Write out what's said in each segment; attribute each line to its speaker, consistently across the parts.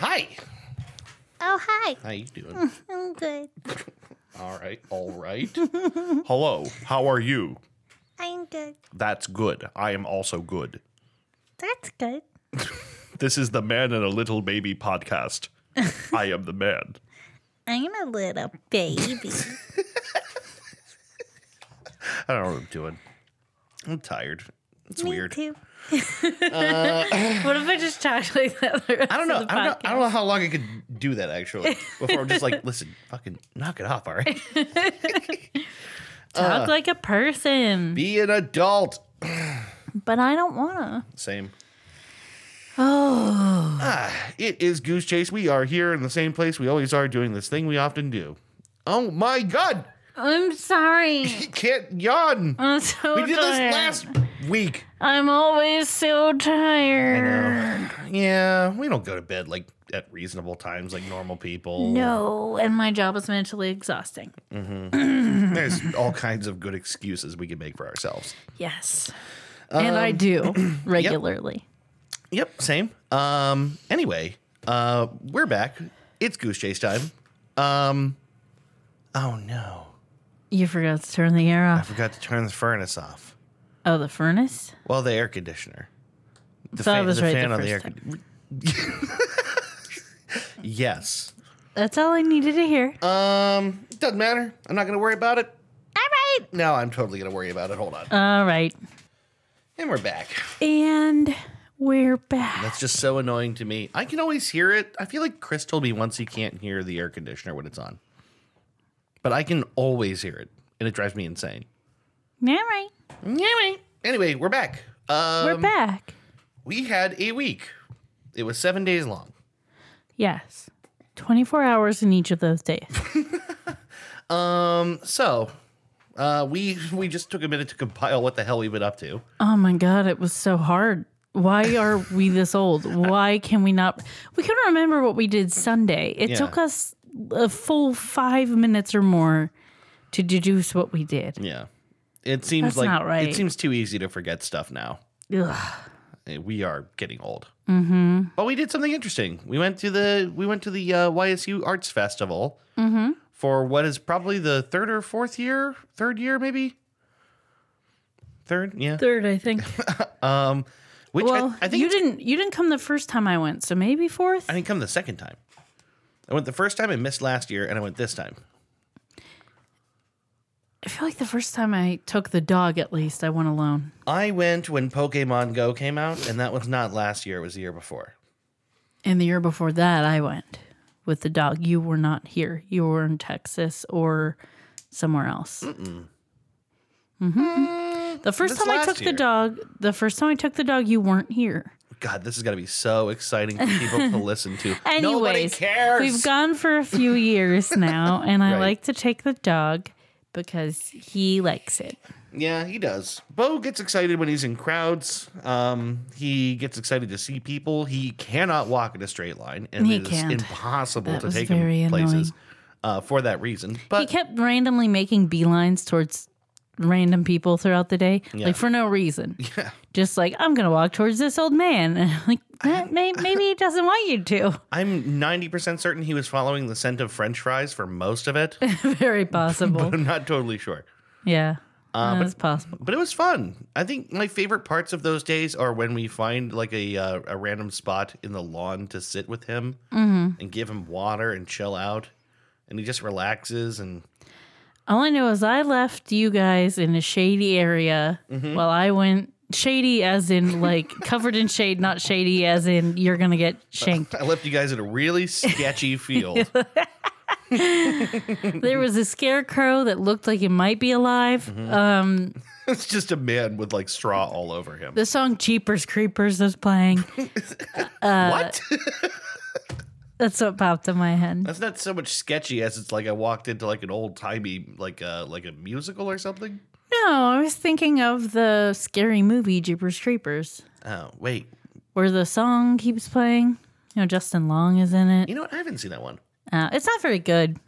Speaker 1: Hi.
Speaker 2: Oh, hi.
Speaker 1: How you doing?
Speaker 2: I'm good.
Speaker 1: all right. All right. Hello. How are you?
Speaker 2: I'm good.
Speaker 1: That's good. I am also good.
Speaker 2: That's good.
Speaker 1: This is the Man and a Little Baby podcast. I am the man.
Speaker 2: I'm a little baby.
Speaker 1: I don't know what I'm doing. I'm tired. It's weird.
Speaker 2: Too.
Speaker 3: What if I just talked like that? The rest
Speaker 1: I don't know.
Speaker 3: Of the
Speaker 1: I don't know.
Speaker 3: podcast?
Speaker 1: I don't know how long I could do that actually before I'm just like, listen, fucking knock it off, all right? Uh.
Speaker 3: Talk like a person,
Speaker 1: Be an adult.
Speaker 3: but I don't wanna.
Speaker 1: Same.
Speaker 3: Oh,
Speaker 1: Ah, it is Goose Chase. We are here in the same place we always are doing this thing we often do. Oh my god!
Speaker 3: I'm sorry.
Speaker 1: You can't yawn!
Speaker 3: I'm so
Speaker 1: we did
Speaker 3: tired.
Speaker 1: this last week.
Speaker 3: I'm always so tired.
Speaker 1: Yeah, we don't go to bed like at reasonable times like normal people.
Speaker 3: No, and my job is mentally exhausting.
Speaker 1: There's all kinds of good excuses we can make for ourselves.
Speaker 3: Yes, and
Speaker 1: Um,
Speaker 3: I do regularly.
Speaker 1: Yep, same. Um anyway, uh we're back. It's Goose Chase time. Um Oh no.
Speaker 3: You forgot to turn the air
Speaker 1: I
Speaker 3: off.
Speaker 1: forgot to turn the furnace off.
Speaker 3: Oh, the furnace.
Speaker 1: Well, the air conditioner. The
Speaker 3: So I was right the first
Speaker 1: condi- yes.
Speaker 3: That's all I needed to hear.
Speaker 1: Um, doesn't matter. I'm not gonna worry about it.
Speaker 3: all right.
Speaker 1: No, I'm totally gonna worry about it. Hold on.
Speaker 3: All right,
Speaker 1: and we're back.
Speaker 3: and we're back.
Speaker 1: That's just so annoying to me. I can always hear it. I feel like Chris told me once he can't hear the air conditioner when it's on. But I can always hear it, and it drives me insane.
Speaker 3: All right,
Speaker 1: Anyway, anyway, we're back. Um,
Speaker 3: we're back.
Speaker 1: We had a week. It was seven days long.
Speaker 3: Yes. 24 hours in each of those days.
Speaker 1: So, uh, we we just took a minute to compile what the hell we've been up to.
Speaker 3: oh my God, it was so hard. Why are we this old? Why can we not? We couldn't remember what we did Sunday. It
Speaker 1: Yeah.
Speaker 3: took us a full five minutes or more to deduce what we did.
Speaker 1: Yeah, it seems
Speaker 3: That's
Speaker 1: like
Speaker 3: not right.
Speaker 1: it seems too easy to forget stuff now.
Speaker 3: Ugh.
Speaker 1: Eh, We are getting old. Mm-hmm. But we did something interesting. We went to the we went to the uh, YSU Arts Festival
Speaker 3: Mm-hmm.
Speaker 1: for what is probably the third or fourth year, third year maybe, third, yeah.
Speaker 3: Third, I think.
Speaker 1: Um, which I-
Speaker 3: Well,
Speaker 1: I, think
Speaker 3: you
Speaker 1: it's-
Speaker 3: didn't. You didn't come the first time I went, so maybe fourth.
Speaker 1: I didn't come the second time. I went the first time. I missed last year, and I went this time.
Speaker 3: I feel like the first time I took the dog, at least I went alone.
Speaker 1: I went when Pokemon Go came out, and that was not last year, it was the year before.
Speaker 3: And the year before that, I went with the dog. You were not here. You were in Texas or somewhere else. Mm-mm. hmm The first
Speaker 1: That's
Speaker 3: time I
Speaker 1: Mm. last
Speaker 3: took
Speaker 1: year.
Speaker 3: the dog, the first time I took the dog, you weren't here.
Speaker 1: God, this is going to be so exciting for people to listen to. Nobody
Speaker 3: Anyways,
Speaker 1: cares.
Speaker 3: we've gone for a few years now, and I
Speaker 1: Right.
Speaker 3: like to take the dog because he likes it.
Speaker 1: yeah, he does. Bo gets excited when he's in crowds. Um, he gets excited to see people. He cannot walk in a straight line, and
Speaker 3: He
Speaker 1: it is
Speaker 3: can't.
Speaker 1: impossible
Speaker 3: That
Speaker 1: to
Speaker 3: was
Speaker 1: take
Speaker 3: very
Speaker 1: him places
Speaker 3: annoying.
Speaker 1: uh, for that reason.
Speaker 3: he
Speaker 1: But
Speaker 3: kept randomly making beelines towards random people throughout the day,
Speaker 1: Yeah.
Speaker 3: like for no reason.
Speaker 1: yeah,
Speaker 3: just like I'm gonna walk towards this old man. And I'm like that may, maybe he doesn't want you to.
Speaker 1: I'm 90% certain he was following the scent of french fries for most of it.
Speaker 3: Very possible.
Speaker 1: I'm not totally sure.
Speaker 3: yeah, that's possible.
Speaker 1: uh, but it was fun. I think my favorite parts of those days are when we find like a uh, a random spot in the lawn to sit with him and give him water and chill out, and he just relaxes and
Speaker 3: All I know is I left you guys in a shady area
Speaker 1: Mm-hmm.
Speaker 3: while I went shady, as in like covered in shade, not shady, as in you're gonna get shanked.
Speaker 1: I left you guys in a really sketchy field.
Speaker 3: there was a scarecrow that looked like it might be alive.
Speaker 1: Mm-hmm.
Speaker 3: Um,
Speaker 1: it's just a man with like straw all over him.
Speaker 3: the song "Jeepers Creepers" was playing.
Speaker 1: what?
Speaker 3: That's what popped in my head.
Speaker 1: That's not so much sketchy as it's like I walked into like an old timey like a like a musical or something.
Speaker 3: No, I was thinking of the scary movie "Jeepers Creepers."
Speaker 1: Oh wait,
Speaker 3: where the song keeps playing. You know, Justin Long is in it.
Speaker 1: you know what? I haven't seen that one.
Speaker 3: Uh, it's not very good,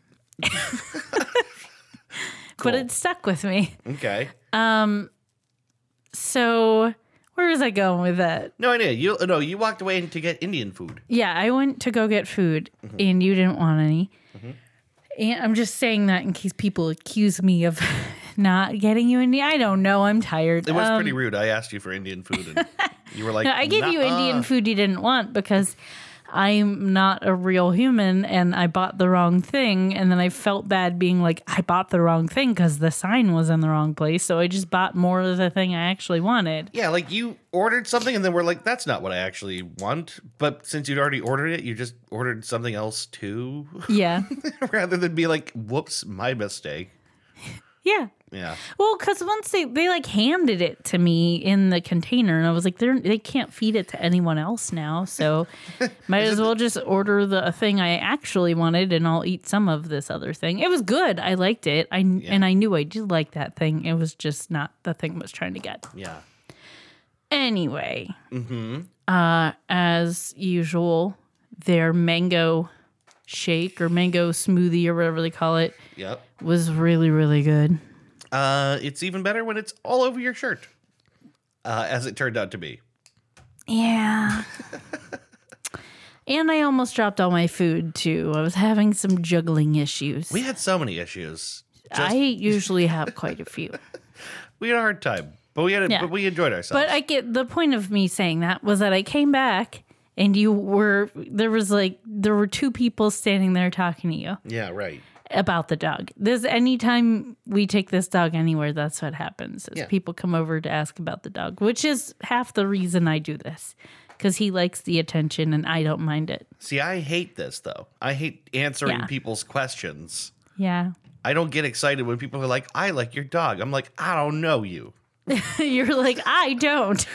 Speaker 3: but it stuck with me.
Speaker 1: Okay,
Speaker 3: So Where was I going with that?
Speaker 1: No, I did. You no, you walked away to get Indian food.
Speaker 3: Yeah, I went to go get food
Speaker 1: Mm-hmm.
Speaker 3: and you didn't want any. And I'm just saying that in case people accuse me of not getting you any. I don't know. I'm tired.
Speaker 1: It was
Speaker 3: Um,
Speaker 1: pretty rude. I asked you for Indian food, and you were like,
Speaker 3: No, I gave you
Speaker 1: "Nuh-uh."
Speaker 3: Indian food you didn't want because I'm not a real human and I bought the wrong thing. And then I felt bad being like, I bought the wrong thing because the sign was in the wrong place. So I just bought more of the thing I actually wanted.
Speaker 1: Yeah, like you ordered something, and then we're like, "That's not what I actually want." But since you'd already ordered it, you just ordered something else too,
Speaker 3: Yeah.
Speaker 1: rather than be like, "Whoops, my mistake."
Speaker 3: yeah.
Speaker 1: Yeah,
Speaker 3: Well, because once they, they like handed it to me in the container, and I was like, they're they can't feed it to anyone else now, so might as well just order the thing I actually wanted, and I'll eat some of this other thing. It was good. I liked it. I and I knew I did like that thing. It was just not the thing I was trying to get.
Speaker 1: yeah.
Speaker 3: Anyway, uh, as usual, their mango shake or mango smoothie or whatever they call it
Speaker 1: Yep.
Speaker 3: was really really good.
Speaker 1: Uh, it's even better when it's all over your shirt, uh, as it turned out to be.
Speaker 3: Yeah. and I almost dropped all my food too. I was having some juggling issues.
Speaker 1: We had so many issues.
Speaker 3: I usually have quite a few.
Speaker 1: We had a hard time, but we had, a,
Speaker 3: Yeah.
Speaker 1: but we enjoyed ourselves.
Speaker 3: But I get the point of me saying that was that I came back and you were there was like there were two people standing there talking to you
Speaker 1: yeah, right.
Speaker 3: about the dog. This anytime we take this dog anywhere, that's what happens. Is
Speaker 1: Yeah.
Speaker 3: people come over to ask about the dog, which is half the reason I do this. Because he likes the attention and I don't mind it.
Speaker 1: See, I hate this though. I hate answering
Speaker 3: Yeah.
Speaker 1: people's questions.
Speaker 3: Yeah.
Speaker 1: I don't get excited when people are like, "I like your dog." I'm like, "I don't know you."
Speaker 3: You're like, I don't.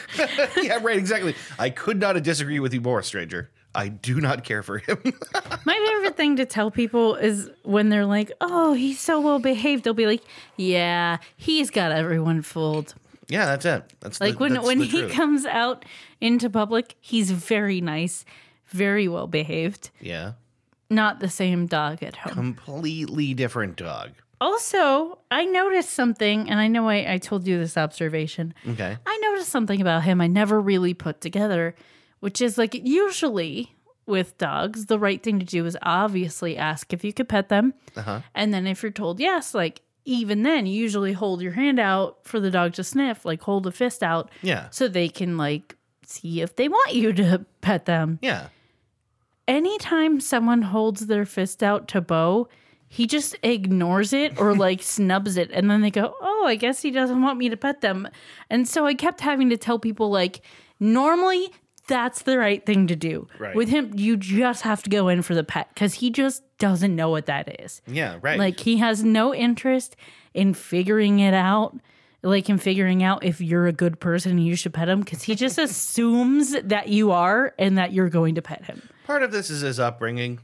Speaker 1: yeah, right, exactly. I could not disagree with you more, stranger. I do not care for him.
Speaker 3: My favorite thing to tell people is when they're like, oh, he's so well behaved, they'll be like, yeah, he's got everyone fooled.
Speaker 1: yeah, that's it. That's the-
Speaker 3: Like when,
Speaker 1: that's
Speaker 3: when
Speaker 1: the
Speaker 3: he
Speaker 1: truth.
Speaker 3: comes out into public, he's very nice, very well behaved.
Speaker 1: Yeah,
Speaker 3: Not the same dog at home.
Speaker 1: completely different dog.
Speaker 3: Also, I noticed something, and I know I, I told you this observation.
Speaker 1: Okay.
Speaker 3: I noticed something about him I never really put together, which is like usually with dogs, the right thing to do is obviously ask if you could pet them.
Speaker 1: Uh huh.
Speaker 3: And then if you're told yes, like even then, you usually hold your hand out for the dog to sniff, like hold a fist out
Speaker 1: Yeah.
Speaker 3: so they can like see if they want you to pet them.
Speaker 1: Yeah.
Speaker 3: Anytime someone holds their fist out to Bo, he just ignores it or like snubs it. And then they go, oh, I guess he doesn't want me to pet them. And so I kept having to tell people, like, normally that's the right thing to do.
Speaker 1: Right.
Speaker 3: With him, you just have to go in for the pet because he just doesn't know what that is.
Speaker 1: Yeah. Right.
Speaker 3: Like he has no interest in figuring it out, like in figuring out if you're a good person and you should pet him, because he just assumes that you are and that you're going to pet him.
Speaker 1: part of this is his upbringing.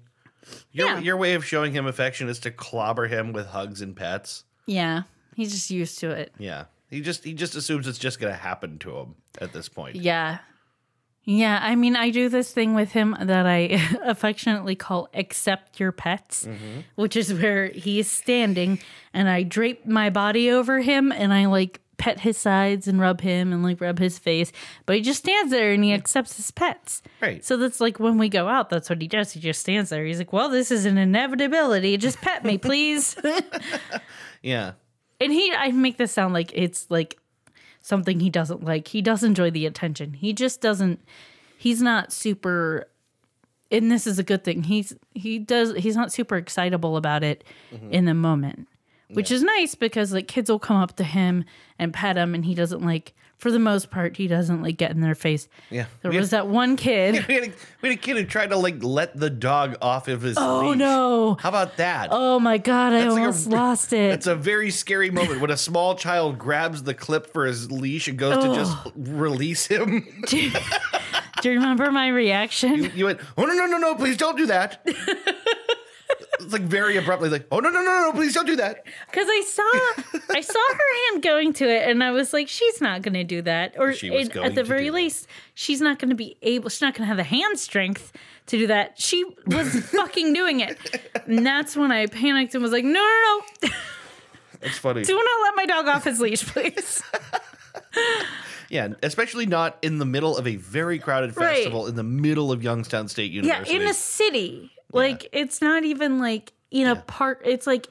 Speaker 1: Your
Speaker 3: Yeah.
Speaker 1: your way of showing him affection is to clobber him with hugs and pets.
Speaker 3: Yeah, he's just used to it.
Speaker 1: Yeah. He just he just assumes it's just gonna happen to him at this point.
Speaker 3: Yeah. Yeah, I mean, I do this thing with him that I affectionately call accept your pets, which is where he's standing and I drape my body over him and I like pet his sides and rub him and like rub his face. But he just stands there and he accepts his pets.
Speaker 1: Right.
Speaker 3: So that's like when we go out, that's what he does. He just stands there. He's like, well, this is an inevitability. Just pet me, please.
Speaker 1: Yeah.
Speaker 3: and he i make this sound like it's like something he doesn't like he does enjoy the attention he just doesn't he's not super and this is a good thing he's he does he's not super excitable about it
Speaker 1: Mm-hmm.
Speaker 3: in the moment which is nice because like kids will come up to him and pet him and he doesn't like for the most part he doesn't like get in their face
Speaker 1: Yeah.
Speaker 3: there
Speaker 1: We
Speaker 3: was that one kid
Speaker 1: We had, a, we had a kid who tried to like let the dog off of his
Speaker 3: oh
Speaker 1: leash.
Speaker 3: no
Speaker 1: How about that?
Speaker 3: oh my god i
Speaker 1: That's like a-
Speaker 3: almost lost it
Speaker 1: It's a very scary moment when a small child grabs the clip for his leash and goes to just release him.
Speaker 3: do, you, do you remember my reaction
Speaker 1: You went, "Oh no, no, no, no! Please don't do that!" it's like very abruptly, like, "Oh no, no, no, no! Please don't do that!"
Speaker 3: Because I saw, I saw her hand going to it, and I was like, "She's not going to do that," or
Speaker 1: She was
Speaker 3: it-
Speaker 1: going
Speaker 3: at the
Speaker 1: to
Speaker 3: very
Speaker 1: do that.
Speaker 3: least, she's not going to be able. She's not going to have the hand strength to do that. She was fucking doing it, and that's when I panicked and was like, "No, no, no!
Speaker 1: It's funny.
Speaker 3: Do not let my dog off his leash, please."
Speaker 1: Yeah, especially not in the middle of a very crowded
Speaker 3: Right.
Speaker 1: festival in the middle of Youngstown State
Speaker 3: Yeah,
Speaker 1: University.
Speaker 3: in a city. Like it's not even like in a park. It's like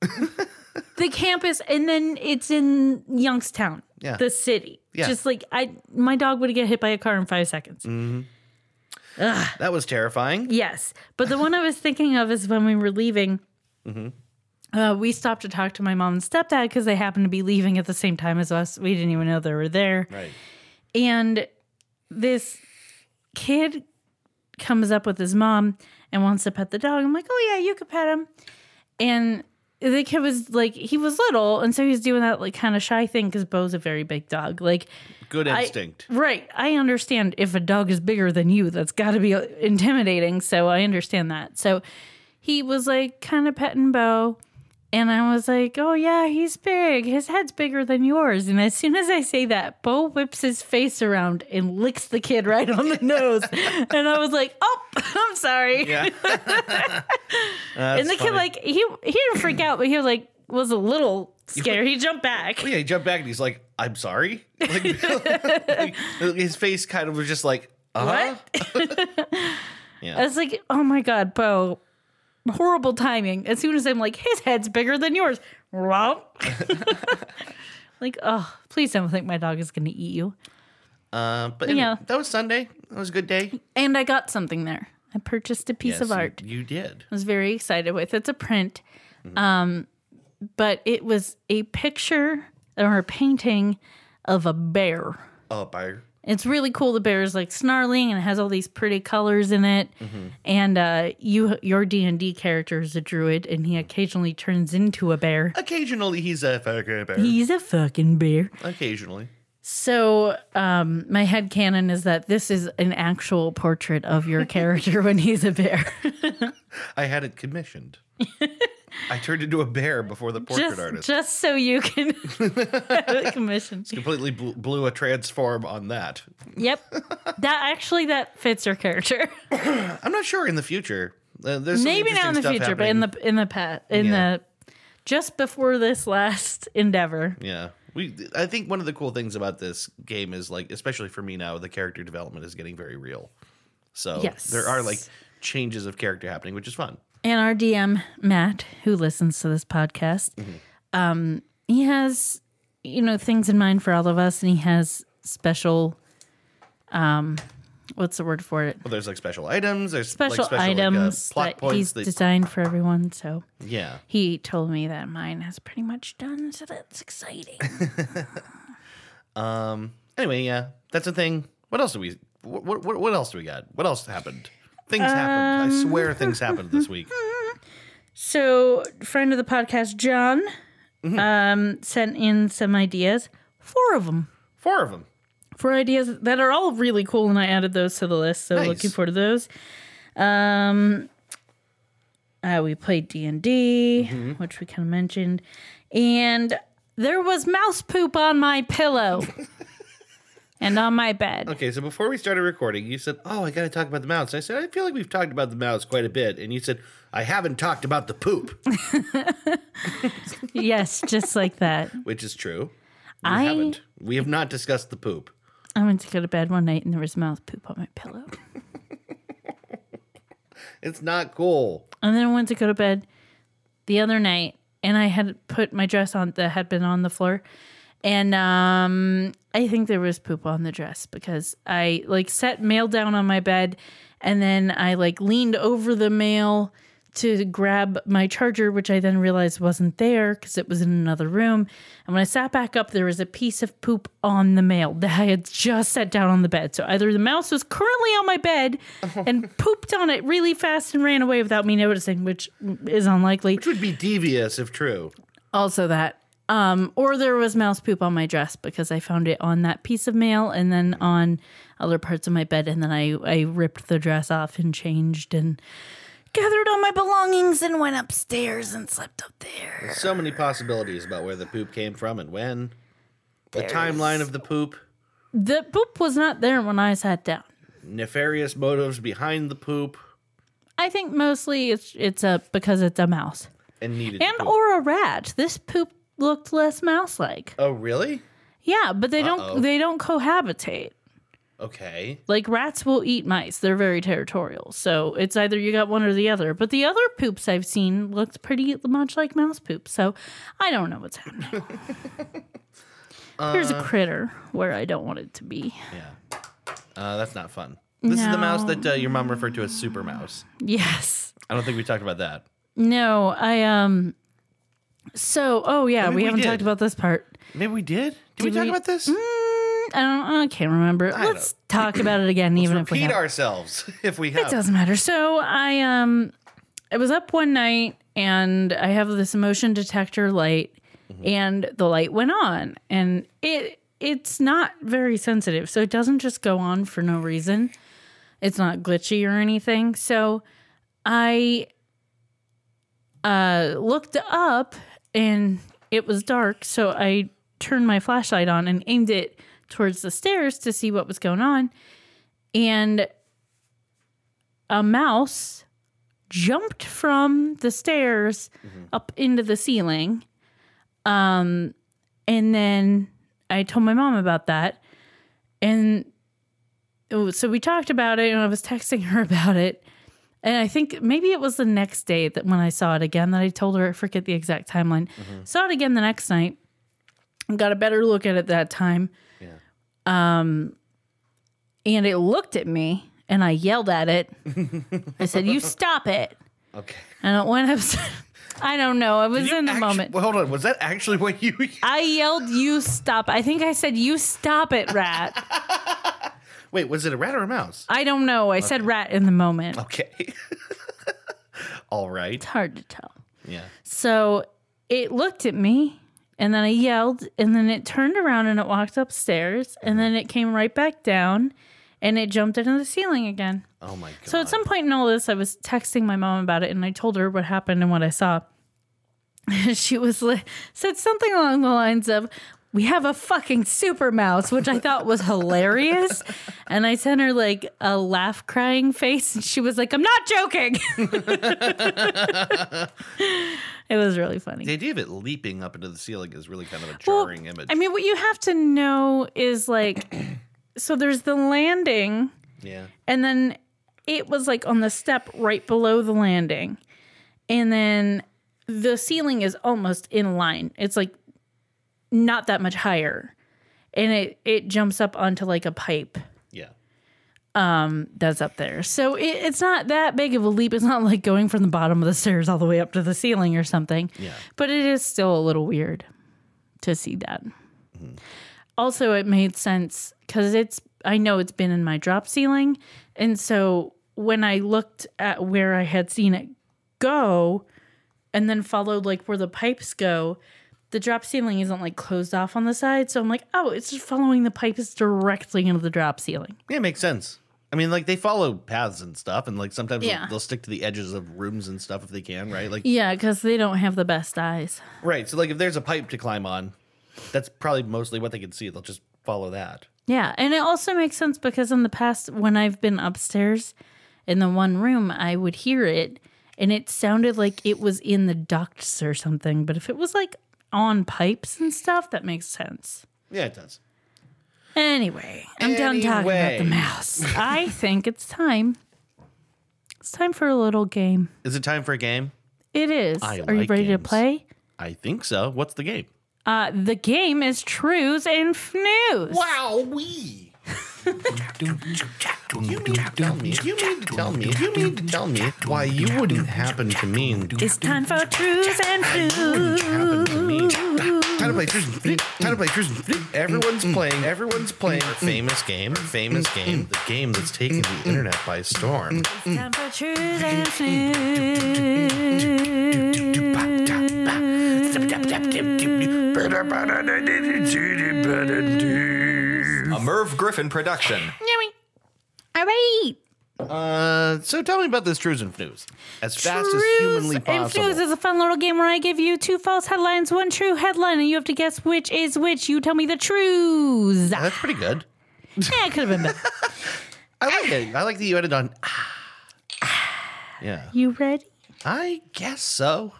Speaker 3: the campus, and then it's in Youngstown,
Speaker 1: Yeah.
Speaker 3: the city.
Speaker 1: Yeah. Mm-hmm.
Speaker 3: Just like I, my dog would get hit by a car in five seconds.
Speaker 1: that was terrifying.
Speaker 3: Yes, but the one I was thinking of is when we were leaving.
Speaker 1: Mm-hmm.
Speaker 3: Uh, we stopped to talk to my mom and stepdad because they happened to be leaving at the same time as us. We didn't even know they were there.
Speaker 1: Right.
Speaker 3: And this kid comes up with his mom and wants to pet the dog. I'm like, oh, yeah, you could pet him. And the kid was like, he was little. And so he's doing that like kind of shy thing because Bo's a very big dog. Like,
Speaker 1: Good instinct.
Speaker 3: right. I understand if a dog is bigger than you, that's got to be uh, intimidating. So I understand that. So he was like kind of petting Bo. And I was like, oh, yeah, he's big. His head's bigger than yours. And as soon as I say that, Bo whips his face around and licks the kid right on the nose. and I was like, oh, I'm sorry.
Speaker 1: yeah. That's
Speaker 3: and the kid,
Speaker 1: funny.
Speaker 3: like, he, he didn't freak out, but he was like, was a little scared. He jumped back.
Speaker 1: yeah, he jumped back and he's like, "I'm sorry." Like, like, his face kind of was just like, "Uh huh."
Speaker 3: Uh-huh. I was like, oh my God, Bo. Horrible timing. As soon as I'm like, his head's bigger than yours. Womp. like, oh, please don't think my dog is going to eat you.
Speaker 1: Uh, but
Speaker 3: Yeah.
Speaker 1: that was Sunday. That was a good day.
Speaker 3: And I got something there. I purchased a piece of
Speaker 1: Yes, you-
Speaker 3: art.
Speaker 1: You, did.
Speaker 3: I was very excited with. It's a print,
Speaker 1: Mm-hmm.
Speaker 3: um, but it was a picture or a painting of a bear.
Speaker 1: Oh, buyer.
Speaker 3: It's really cool. The bear is like snarling and it has all these pretty colors in it.
Speaker 1: Mm-hmm.
Speaker 3: And uh, you, your D and D character is a druid, and he occasionally turns into a bear.
Speaker 1: Occasionally, he's a fucking bear.
Speaker 3: He's a fucking bear.
Speaker 1: Occasionally.
Speaker 3: So um, my head canon is that this is an actual portrait of your character when he's a bear.
Speaker 1: I had it commissioned. I turned into a bear before the portrait
Speaker 3: just,
Speaker 1: artist.
Speaker 3: just so you can commission.
Speaker 1: Completely blew, blew a transform on that.
Speaker 3: Yep, that actually that fits your character.
Speaker 1: I'm not sure in the future. Uh, there's some
Speaker 3: Maybe not in the
Speaker 1: interesting
Speaker 3: future,
Speaker 1: stuff
Speaker 3: but in
Speaker 1: happening.
Speaker 3: the in the pet in
Speaker 1: Yeah.
Speaker 3: the just before this last endeavor.
Speaker 1: yeah. We, I think one of the cool things about this game is like, especially for me now, the character development is getting very real. So
Speaker 3: Yes.
Speaker 1: there are like changes of character happening, which is fun.
Speaker 3: And our DM Matt, who listens to this podcast, um, he has you know things in mind for all of us, and he has special, um, what's the word for it?
Speaker 1: Well, there's like special items. There's
Speaker 3: Special,
Speaker 1: like, special like, uh,
Speaker 3: items
Speaker 1: plot
Speaker 3: that
Speaker 1: points.
Speaker 3: he's
Speaker 1: That,
Speaker 3: designed for everyone. So
Speaker 1: yeah.
Speaker 3: he told me that mine has pretty much done, so that's exciting.
Speaker 1: Anyway, yeah, that's a thing. What else do we? What what, what else do we got? What else happened? Things happened.
Speaker 3: Um.
Speaker 1: I swear, things happened this week.
Speaker 3: So, friend of the podcast, John,
Speaker 1: Mm-hmm.
Speaker 3: um, sent in some ideas, four of them,
Speaker 1: Four of them.
Speaker 3: four ideas that are all really cool, and I added those to the list. So,
Speaker 1: Nice.
Speaker 3: looking forward to those. Um, uh, we played D and D, which we kind of mentioned, and there was mouse poop on my pillow and on my bed.
Speaker 1: Okay, so before we started recording, you said, "Oh, I got to talk about the mouse." I said, "I feel like we've talked about the mouse quite a bit," and you said, "I haven't talked about the poop,"
Speaker 3: Yes, just like that.
Speaker 1: which is true. We
Speaker 3: I-
Speaker 1: haven't. We have not discussed the poop.
Speaker 3: I went to go to bed one night, and there was mouse poop on my pillow.
Speaker 1: It's not cool.
Speaker 3: And then I went to go to bed the other night and I had put my dress on that had been on the floor. And um, I think there was poop on the dress because I like set mail down on my bed and then I like leaned over the mail to grab my charger, which I then realized wasn't there because it was in another room. And when I sat back up, there was a piece of poop on the mail that I had just set down on the bed. So either the mouse was currently on my bed and pooped on it really fast and ran away without me noticing, which is unlikely.
Speaker 1: Which would be devious if true.
Speaker 3: Also that. Um, or there was mouse poop on my dress because I found it on that piece of mail and then on other parts of my bed. And then I, I ripped the dress off and changed and gathered all my belongings and went upstairs and slept up there.
Speaker 1: So many possibilities about where the poop came from and when. The timeline of the poop,
Speaker 3: The poop was not there when I sat down.
Speaker 1: nefarious motives behind the poop,
Speaker 3: I think mostly it's it's a because it's a mouse
Speaker 1: and needed.
Speaker 3: and
Speaker 1: poop.
Speaker 3: or a rat. This poop looked less mouse like.
Speaker 1: Oh, really?
Speaker 3: Yeah, but they
Speaker 1: Uh-oh.
Speaker 3: don't they don't cohabitate.
Speaker 1: Okay.
Speaker 3: Like rats will eat mice. They're very territorial. So it's either you got one or the other. But the other poops I've seen looked pretty much like mouse poop. So I don't know what's happening.
Speaker 1: Uh,
Speaker 3: Here's a critter where I don't want it to be.
Speaker 1: Yeah. Uh, that's not fun. This is the mouse that uh, your mom referred to as Super Mouse.
Speaker 3: Yes.
Speaker 1: I don't think we talked about that.
Speaker 3: No, I um so oh yeah,
Speaker 1: Maybe
Speaker 3: we
Speaker 1: we
Speaker 3: haven't
Speaker 1: did.
Speaker 3: talked about this part.
Speaker 1: Maybe we did. Did, we,
Speaker 3: Did
Speaker 1: talk
Speaker 3: we-
Speaker 1: about this?
Speaker 3: Mm, I don't I can't remember.
Speaker 1: don't
Speaker 3: Let's talk about it again even if we
Speaker 1: Repeat
Speaker 3: have
Speaker 1: ourselves if we have.
Speaker 3: It doesn't matter. So I um I was up one night and I have this motion detector light and the light went on and it it's not very sensitive. So it doesn't just go on for no reason. It's not glitchy or anything. So I uh looked up and it was dark, so I turned my flashlight on and aimed it towards the stairs to see what was going on. And a mouse jumped from the stairs up into the ceiling. Um, and then I told my mom about that. And oh, so we talked about it, and I was texting her about it. And I think maybe it was the next day that when I saw it again that I told her, I forget the exact timeline. Saw it again the next night and got a better look at it that time.
Speaker 1: Yeah.
Speaker 3: Um, and it looked at me and I yelled at it. I said, You stop it.
Speaker 1: Okay.
Speaker 3: And it went upstairs. I don't know. I was
Speaker 1: You
Speaker 3: in the
Speaker 1: actu-
Speaker 3: moment.
Speaker 1: Well, hold on. Was that actually what you?
Speaker 3: I yelled, You stop. I think I said, You stop it, rat.
Speaker 1: Wait, was it a rat or a mouse?
Speaker 3: I don't know. I said rat in the moment.
Speaker 1: Okay. All right.
Speaker 3: It's hard to tell.
Speaker 1: Yeah.
Speaker 3: So it looked at me and then I yelled and then it turned around and it walked upstairs and then it came right back down and it jumped into the ceiling again.
Speaker 1: Oh my god.
Speaker 3: So at some point in all this, I was texting my mom about it, and I told her what happened and what I saw. she was li- said something along the lines of, "We have a fucking super mouse," which I thought was hilarious, and I sent her like a laugh crying face, and she was like, "I'm not joking." it was really funny.
Speaker 1: the idea of it leaping up into the ceiling is really kind of a jarring image.
Speaker 3: I mean, what you have to know is like, so there's the landing.
Speaker 1: yeah.
Speaker 3: And then it was like on the step right below the landing. And then the ceiling is almost in line. It's like not that much higher. And it it jumps up onto like a pipe
Speaker 1: Yeah.
Speaker 3: um that's up there. So it, it's not that big of a leap. It's not like going from the bottom of the stairs all the way up to the ceiling or something.
Speaker 1: Yeah.
Speaker 3: But it is still a little weird to see that. Mm-hmm. Also, it made sense because it's, I know it's been in my drop ceiling. And so when I looked at where I had seen it go and then followed like where the pipes go, the drop ceiling isn't like closed off on the side. So I'm like, oh, it's just following the pipes directly into the drop ceiling.
Speaker 1: Yeah, it makes sense. I mean, like they follow paths and stuff, and like sometimes
Speaker 3: Yeah.
Speaker 1: they'll, they'll stick to the edges of rooms and stuff if they can, right? Like,
Speaker 3: Yeah, because they don't have the best eyes.
Speaker 1: right. So, like, if there's a pipe to climb on, that's probably mostly what they can see. They'll just follow that.
Speaker 3: Yeah, and it also makes sense because in the past, when I've been upstairs in the one room, I would hear it, and it sounded like it was in the ducts or something. But if it was like on pipes and stuff, that makes sense.
Speaker 1: Yeah, it does.
Speaker 3: Anyway, I'm done talking about the
Speaker 1: Anyway.
Speaker 3: mouse. I think it's time. It's time for a little game.
Speaker 1: Is it time for a game?
Speaker 3: It is.
Speaker 1: I
Speaker 3: Are you
Speaker 1: like
Speaker 3: ready to
Speaker 1: games.
Speaker 3: play?
Speaker 1: I think so. What's the game?
Speaker 3: Uh, the game is truths and fnews.
Speaker 1: Wow, we. You mean to tell me? You mean to tell me? You mean to tell me why you wouldn't happen to me?
Speaker 3: It's time for truths and fnews.
Speaker 1: Happen to me? Time to play Truth and Flick. Time to play Truth and Flick. Everyone's playing. Everyone's playing. Famous game. Famous game. The game that's taking the internet by storm.
Speaker 3: Time for truth and fluid.
Speaker 4: A Merv Griffin production.
Speaker 3: All right.
Speaker 1: Uh, so tell me about this Truth and News as fast as
Speaker 3: Truths
Speaker 1: humanly
Speaker 3: And fluids
Speaker 1: possible.
Speaker 3: is a fun little game where I give you two false headlines, one true headline, and you have to guess which is which. You tell me the truths. Yeah,
Speaker 1: That's pretty good.
Speaker 3: it could have been better.
Speaker 1: I like it. I like that you ended on. ah. Yeah,
Speaker 3: You ready?
Speaker 1: I guess so.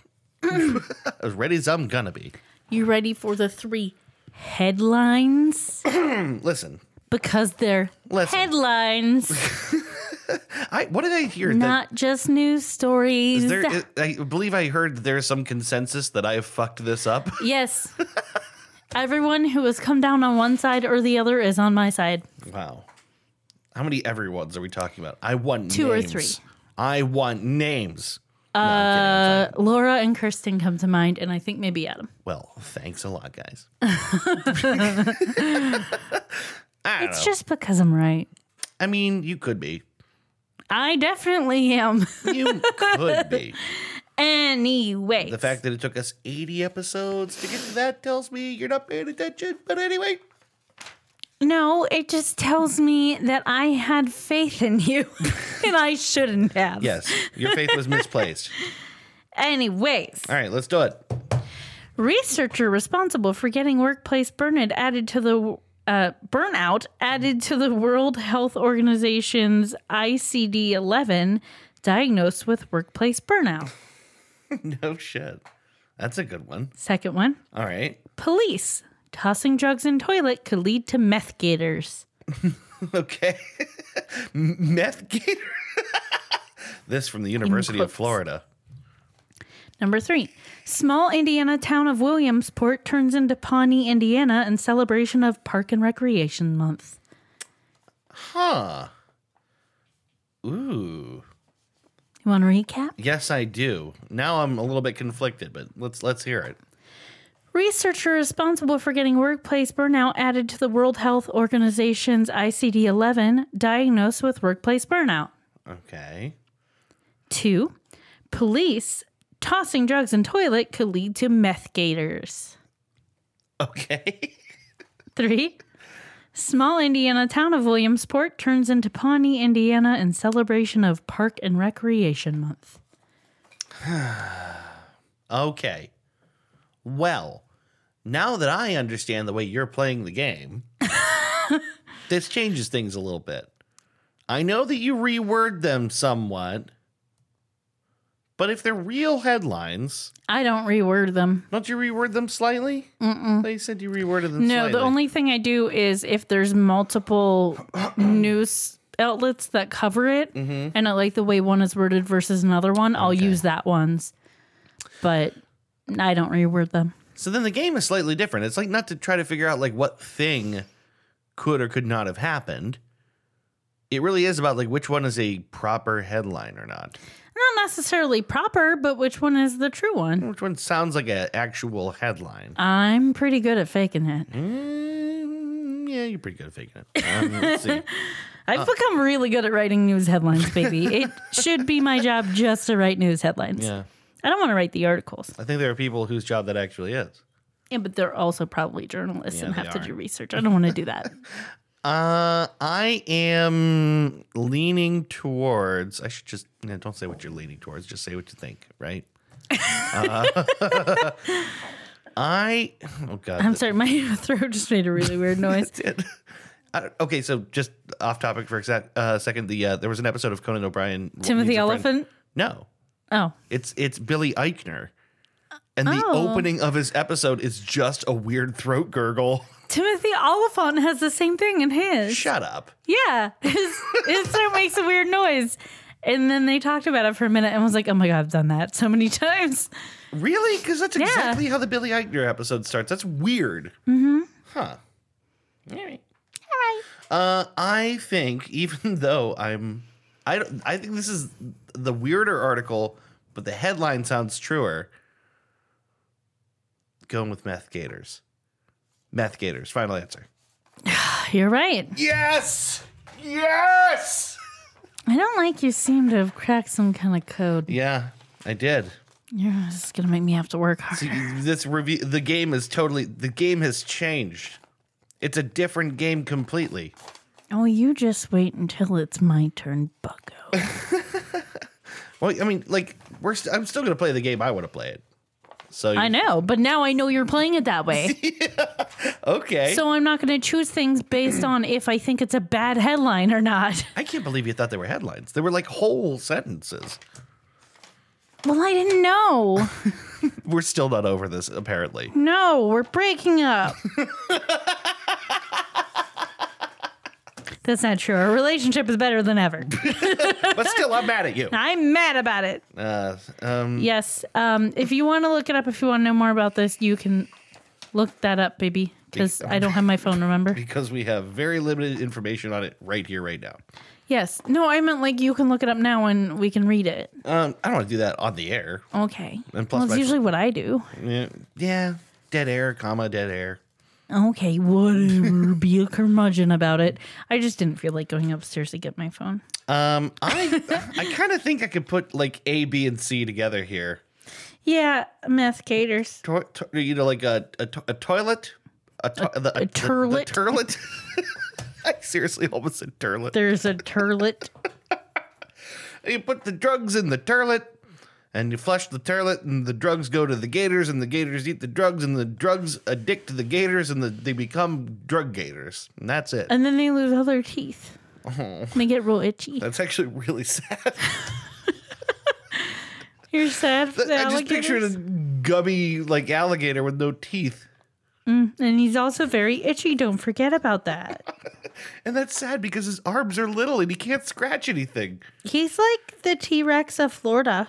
Speaker 1: as ready as I'm gonna be.
Speaker 3: You ready for the three headlines
Speaker 1: Listen,
Speaker 3: because they're
Speaker 1: Listen.
Speaker 3: headlines,
Speaker 1: I what did I hear? that,
Speaker 3: not just news stories.
Speaker 1: is there, is, I believe I heard there's some consensus that I have fucked this up.
Speaker 3: yes. Everyone who has come down on one side or the other is on my side.
Speaker 1: Wow. How many everyone's are we talking about? I want
Speaker 3: Two or
Speaker 1: names.
Speaker 3: three.
Speaker 1: I want names. No, I'm kidding, I'm sorry.
Speaker 3: Uh, Laura and Kirsten come to mind, and I think maybe Adam.
Speaker 1: well, thanks a lot, guys. I don't
Speaker 3: It's
Speaker 1: know.
Speaker 3: just because I'm right.
Speaker 1: I mean, you could be.
Speaker 3: I definitely am.
Speaker 1: You could be.
Speaker 3: anyway,
Speaker 1: The fact that it took us 80 episodes to get to that tells me you're not paying attention. But anyway,
Speaker 3: No, it just tells me that I had faith in you and I shouldn't have.
Speaker 1: yes, your faith was misplaced.
Speaker 3: Anyways,
Speaker 1: All right, let's do it.
Speaker 3: researcher responsible for getting workplace burnout added to the uh, burnout added to the World Health Organization's ICD-11 diagnosed with workplace burnout.
Speaker 1: No shit. That's a good one.
Speaker 3: Second one,
Speaker 1: All right.
Speaker 3: police tossing drugs in toilet could lead to meth gators.
Speaker 1: Okay. M- Meth gator. this from the University of
Speaker 3: quotes.
Speaker 1: Florida.
Speaker 3: Number three, small Indiana town of Williamsport turns into Pawnee, Indiana in celebration of Park and Recreation Month.
Speaker 1: Huh. Ooh.
Speaker 3: You want to recap?
Speaker 1: Yes, I do. Now I'm a little bit conflicted, but let's let's hear it.
Speaker 3: Researcher responsible for getting workplace burnout added to the World Health Organization's ICD 11 diagnosed with workplace burnout.
Speaker 1: Okay.
Speaker 3: Two, police tossing drugs in toilet could lead to meth gators.
Speaker 1: Okay.
Speaker 3: Three, small Indiana town of Williamsport turns into Pawnee, Indiana in celebration of Park and Recreation Month.
Speaker 1: Okay. Well, now that I understand the way you're playing the game, this changes things a little bit. I know that you reword them somewhat, but if they're real headlines,
Speaker 3: I don't reword them.
Speaker 1: don't you reword them slightly? Mm-mm. They said you reworded them
Speaker 3: No,
Speaker 1: slightly.
Speaker 3: the only thing I do is if there's multiple news outlets that cover it,
Speaker 1: Mm-hmm.
Speaker 3: and I like the way one is worded versus another one, I'll use that one's. But I don't reword them.
Speaker 1: So then the game is slightly different. It's like not to try to figure out like what thing could or could not have happened. It really is about like which one is a proper headline or not.
Speaker 3: Not necessarily proper, but which one is the true one?
Speaker 1: Which one sounds like an actual headline?
Speaker 3: I'm pretty good at faking it.
Speaker 1: Mm-hmm. Mm, yeah, you're pretty good at faking it. Um, let's see.
Speaker 3: I've
Speaker 1: Uh.
Speaker 3: become really good at writing news headlines, baby. it should be my job just to write news headlines.
Speaker 1: Yeah,
Speaker 3: I don't want to write the articles.
Speaker 1: I think there are people whose job that actually is.
Speaker 3: Yeah, but they're also probably journalists
Speaker 1: Yeah,
Speaker 3: and
Speaker 1: they
Speaker 3: have to
Speaker 1: are.
Speaker 3: do research. I don't want to do that.
Speaker 1: Uh, I am leaning towards. I should just yeah, don't say what you're leaning towards. Just say what you think, right? Uh, I oh god,
Speaker 3: I'm sorry, my throat just made a really weird noise.
Speaker 1: it. I don't- okay, so just off topic for a sec, uh, second. The uh, there was an episode of Conan O'Brien.
Speaker 3: Timothy
Speaker 1: Needs a Friend-
Speaker 3: Elephant.
Speaker 1: No,
Speaker 3: Oh,
Speaker 1: It's it's Billy Eichner. And the
Speaker 3: Oh.
Speaker 1: opening of his episode is just a weird throat gurgle.
Speaker 3: Timothy Oliphant has the same thing in his.
Speaker 1: Shut up.
Speaker 3: Yeah, his his throat makes a weird noise. And then they talked about it for a minute and was like, "Oh my god, I've done that so many times."
Speaker 1: Really? Because that's exactly how the Billy Eichner episode starts. That's weird. Mm-hmm. Huh. All right. All right. Uh, I think even though I'm, I don't, I think this is the weirder article, but the headline sounds truer. Going with meth gators. Meth gators. Final answer.
Speaker 3: You're right.
Speaker 1: Yes. Yes.
Speaker 3: I don't like you. Seem to have cracked some kind of code.
Speaker 1: Yeah, I did.
Speaker 3: You're just gonna make me have to work harder.
Speaker 1: This review, the game is totally, the game has changed. It's a different game completely.
Speaker 3: oh, you just wait until it's my turn, Bucko.
Speaker 1: Well, I mean, like we're, st- I'm still gonna play the game I want to play it. So
Speaker 3: I know, but now I know you're playing it that way.
Speaker 1: okay.
Speaker 3: So I'm not going to choose things based on if I think it's a bad headline or not.
Speaker 1: I can't believe you thought they were headlines. They were like whole sentences.
Speaker 3: Well, I didn't know.
Speaker 1: We're still not over this, apparently.
Speaker 3: No, we're breaking up. That's not true. Our relationship is better than ever.
Speaker 1: But still, I'm mad at you.
Speaker 3: I'm mad about it.
Speaker 1: Uh, um,
Speaker 3: Yes. Um, if you want to look it up, if you want to know more about this, you can look that up, baby. Because I don't have my phone, remember?
Speaker 1: because we have very limited information on it right here, right now.
Speaker 3: Yes. No, I meant like you can look it up now and we can read it.
Speaker 1: Um, I don't want to do that on the air.
Speaker 3: Okay.
Speaker 1: Oh. And plus
Speaker 3: well, it's
Speaker 1: my-
Speaker 3: usually what I do.
Speaker 1: Yeah, yeah. dead air, comma, dead air.
Speaker 3: Okay, whatever. Be a curmudgeon about it. I just didn't feel like going upstairs to get my phone.
Speaker 1: Um, I I kind of think I could put like A, B, and C together here.
Speaker 3: Yeah, meth caters.
Speaker 1: To- to- you know, like a a, to- a toilet, a, to- the, the- the
Speaker 3: turlet.
Speaker 1: turlet. I seriously almost said turlet.
Speaker 3: There's a turlet.
Speaker 1: You put the drugs in the turlet. And you flush the turlet, and the drugs go to the gators, and the gators eat the drugs, and the drugs addict the gators, and the, they become drug gators. And that's it.
Speaker 3: and then they lose all their teeth.
Speaker 1: Oh.
Speaker 3: And They get real itchy.
Speaker 1: That's actually really sad.
Speaker 3: You're sad for the
Speaker 1: I just pictured a
Speaker 3: alligators.
Speaker 1: gummy like alligator with no teeth.
Speaker 3: And he's also very itchy. Don't forget about that.
Speaker 1: And that's sad because his arms are little and he can't scratch anything.
Speaker 3: He's like the T Rex of Florida.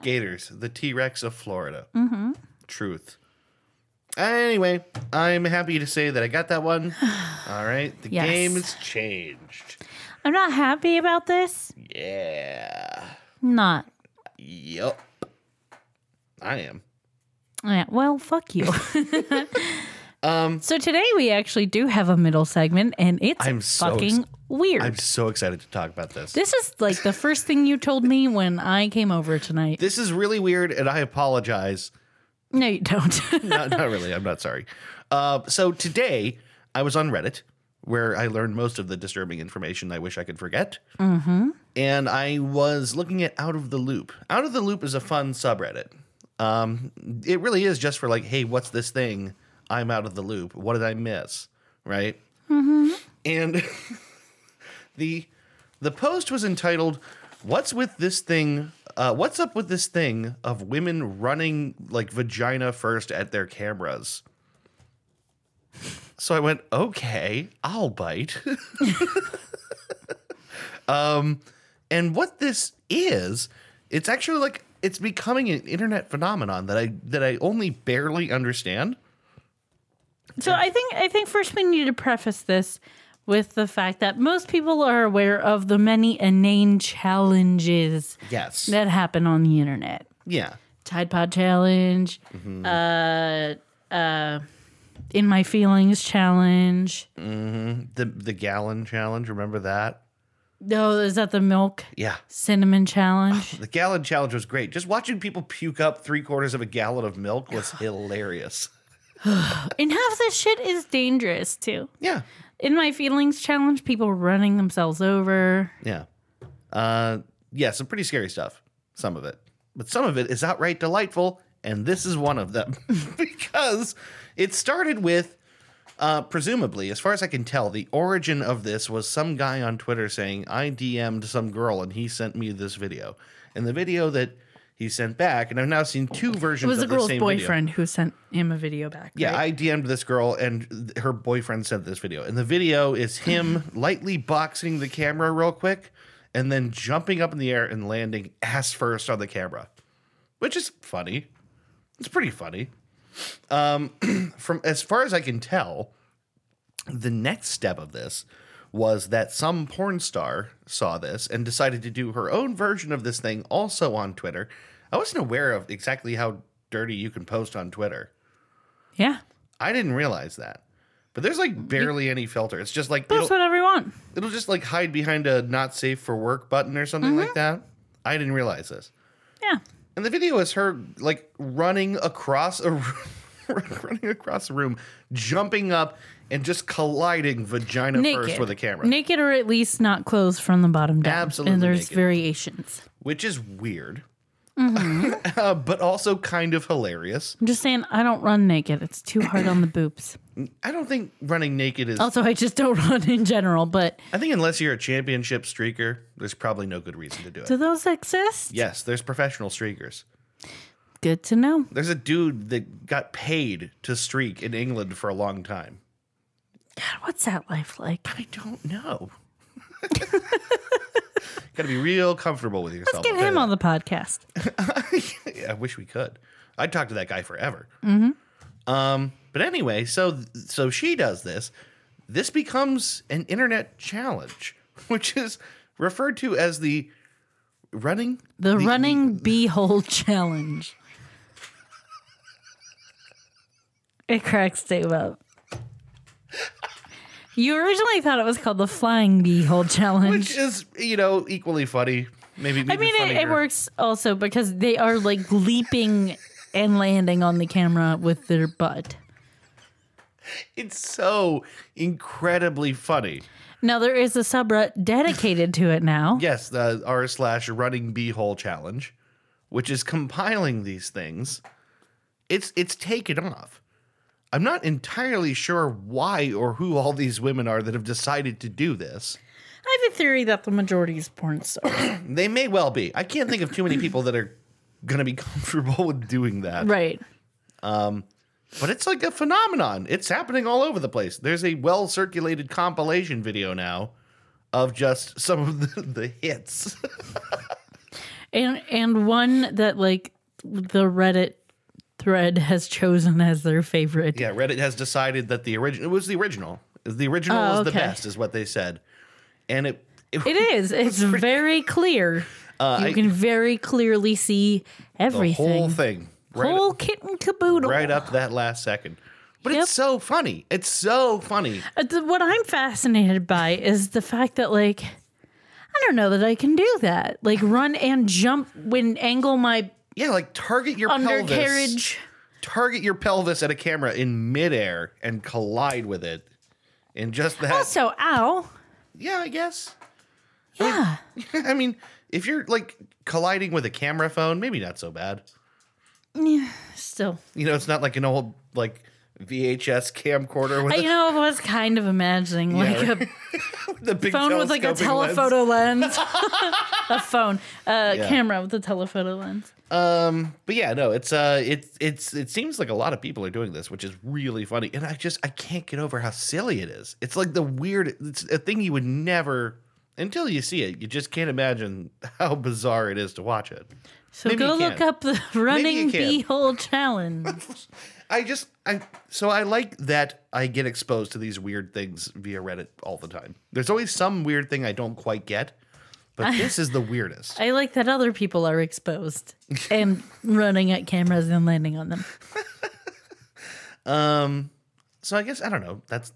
Speaker 1: Gators, the T Rex of Florida. Mm-hmm. Truth. Anyway, I'm happy to say that I got that one. All right. The
Speaker 3: Yes.
Speaker 1: game has changed.
Speaker 3: I'm not happy about this.
Speaker 1: Yeah.
Speaker 3: Not.
Speaker 1: Yup. I am.
Speaker 3: Yeah, Eh, well, fuck you. so today we actually do have a middle segment, and it's
Speaker 1: Um, I'm so
Speaker 3: fucking
Speaker 1: ex-
Speaker 3: weird.
Speaker 1: I'm so excited to talk about this.
Speaker 3: this is like the first thing you told me when I came over tonight.
Speaker 1: This is really weird and I apologize.
Speaker 3: no, you don't.
Speaker 1: not, not really. I'm not sorry. Uh, so today I was on Reddit where I learned most of the disturbing information I wish I could forget. Mm-hmm. And I was looking at Out of the Loop. Out of the Loop is a fun subreddit. Um, it really is just for like, hey, what's this thing? I'm out of the loop. What did I miss? Right. Mm-hmm. And the the post was entitled what's with this thing uh, what's up with this thing of women running like vagina first at their cameras so i went okay i'll bite um and what this is it's actually like it's becoming an internet phenomenon that i that i only barely understand
Speaker 3: so I think I think first we need to preface this with the fact that most people are aware of the many inane challenges
Speaker 1: yes
Speaker 3: that happen on the internet.
Speaker 1: yeah
Speaker 3: Tide Pod Challenge,
Speaker 1: Mm-hmm.
Speaker 3: uh, uh, In My Feelings Challenge.
Speaker 1: the the gallon challenge remember that
Speaker 3: No, is that the milk
Speaker 1: yeah
Speaker 3: cinnamon challenge?
Speaker 1: The gallon challenge was great. Just watching people puke up three quarters of a gallon of milk was hilarious.
Speaker 3: and half this shit is dangerous too.
Speaker 1: Yeah.
Speaker 3: In my feelings challenge, people running themselves over.
Speaker 1: Yeah. Uh, yeah, some pretty scary stuff, some of it. But some of it is outright delightful, and this is one of them because it started with, uh, presumably, as far as I can tell, the origin of this was some guy on Twitter saying, I DM'd some girl and he sent me this video. And the video that he sent back, and I've now seen two
Speaker 3: It
Speaker 1: versions
Speaker 3: was
Speaker 1: of
Speaker 3: the
Speaker 1: the
Speaker 3: girl's
Speaker 1: same video.
Speaker 3: boyfriend who sent him a video back.
Speaker 1: Yeah,
Speaker 3: right?
Speaker 1: I DM'd this girl and th- her boyfriend sent this video. And the video is him lightly boxing the camera real quick and then jumping up in the air and landing ass first on the camera, which is funny. It's pretty funny. Um, from as far as I can tell, the next step of this was that some porn star saw this and decided to do her own version of this thing also on Twitter. I wasn't aware of exactly how dirty you can post on Twitter.
Speaker 3: yeah.
Speaker 1: I didn't realize that. But there's like barely any filter. It's just like
Speaker 3: Post
Speaker 1: it'll,
Speaker 3: whatever you want.
Speaker 1: it'll just like hide behind a not safe for work button or something like
Speaker 3: Mm-hmm.
Speaker 1: that. I didn't realize this.
Speaker 3: Yeah.
Speaker 1: And the video is her like running across a room, running across a room, jumping up and just colliding vagina first
Speaker 3: Naked.
Speaker 1: with a camera,
Speaker 3: Naked or at least not clothes from the bottom down.
Speaker 1: Absolutely
Speaker 3: And there's
Speaker 1: naked.
Speaker 3: variations.
Speaker 1: which is weird.
Speaker 3: Mm-hmm.
Speaker 1: Uh, but also kind of hilarious.
Speaker 3: I'm just saying, I don't run naked. It's too hard on the boobs.
Speaker 1: I don't think running naked is.
Speaker 3: Also, I just don't run in general, but
Speaker 1: I think unless you're a championship streaker, there's probably no good reason to do it.
Speaker 3: do those exist?
Speaker 1: Yes, there's professional streakers.
Speaker 3: Good to know.
Speaker 1: There's a dude that got paid to streak in England for a long time.
Speaker 3: God, what's that life like?
Speaker 1: I don't know. Got to be real comfortable with yourself.
Speaker 3: Get him on the podcast.
Speaker 1: I wish we could. I'd talk to that guy forever.
Speaker 3: Mm-hmm.
Speaker 1: Um, but anyway, so so she does this. This becomes an internet challenge, which is referred to as the running.
Speaker 3: The, running bee hole challenge. It cracks Dave up. You originally thought it was called the flying bee hole challenge.
Speaker 1: Which is you know equally funny. Maybe, maybe
Speaker 3: I mean, it, it
Speaker 1: funnier.
Speaker 3: works also because they are like leaping and landing on the camera with their butt.
Speaker 1: It's so incredibly funny.
Speaker 3: Now there is a subreddit dedicated to it now.
Speaker 1: Yes, the r slash running beehole challenge, which is compiling these things. It's it's taken off. I'm not entirely sure why or who all these women are that have decided to do this.
Speaker 3: I have a theory that the majority is porn stars.
Speaker 1: They may well be. I can't think of too many people that are going to be comfortable with doing that.
Speaker 3: right.
Speaker 1: But it's like a phenomenon. It's happening all over the place. There's a well circulated compilation video now of just some of the, the hits.
Speaker 3: And and one that like the Reddit thread has chosen as their favorite.
Speaker 1: Yeah, Reddit has decided that the original it was the original. The original
Speaker 3: Oh,
Speaker 1: is the
Speaker 3: okay.
Speaker 1: best, is what they said, and it. it-
Speaker 3: It is. It's very clear. you
Speaker 1: Uh, I-
Speaker 3: can very clearly see
Speaker 1: the
Speaker 3: everything.
Speaker 1: whole thing, right,
Speaker 3: Whole kit and caboodle.
Speaker 1: right up that last second. But
Speaker 3: Yep.
Speaker 1: it's so funny. It's so funny.
Speaker 3: Uh, th- What I'm fascinated by is the fact that, like, I don't know that I can do that. Like, run and jump when angle my
Speaker 1: Yeah, like target your pelvis,
Speaker 3: undercarriage.
Speaker 1: target your pelvis at a camera in midair and collide with it, and just that.
Speaker 3: Also, ow.
Speaker 1: yeah, I guess.
Speaker 3: Yeah.
Speaker 1: I mean, if you're like colliding with a camera phone, maybe not so bad.
Speaker 3: Still,
Speaker 1: You know, it's not like an old like VHS camcorder with
Speaker 3: I
Speaker 1: a
Speaker 3: you know I was kind of imagining like
Speaker 1: Yeah,
Speaker 3: a
Speaker 1: the big
Speaker 3: phone with like a
Speaker 1: telescoping lens.
Speaker 3: telephoto lens, a phone, a
Speaker 1: Yeah.
Speaker 3: camera with a telephoto lens.
Speaker 1: Um, but yeah, no, it's uh, it's it's it seems like a lot of people are doing this, which is really funny, and I just I can't get over how silly it is. It's like the weird, it's a thing you would never until you see it. You just can't imagine how bizarre it is to watch it.
Speaker 3: So
Speaker 1: Maybe
Speaker 3: go
Speaker 1: you
Speaker 3: look
Speaker 1: can.
Speaker 3: up the running
Speaker 1: can.
Speaker 3: bee hole challenge.
Speaker 1: I just I so I like that I get exposed to these weird things via Reddit all the time. There's always some weird thing I don't quite get, but this is the weirdest.
Speaker 3: I like that other people are exposed and running at cameras and landing on them.
Speaker 1: Um, so I guess I don't know. That's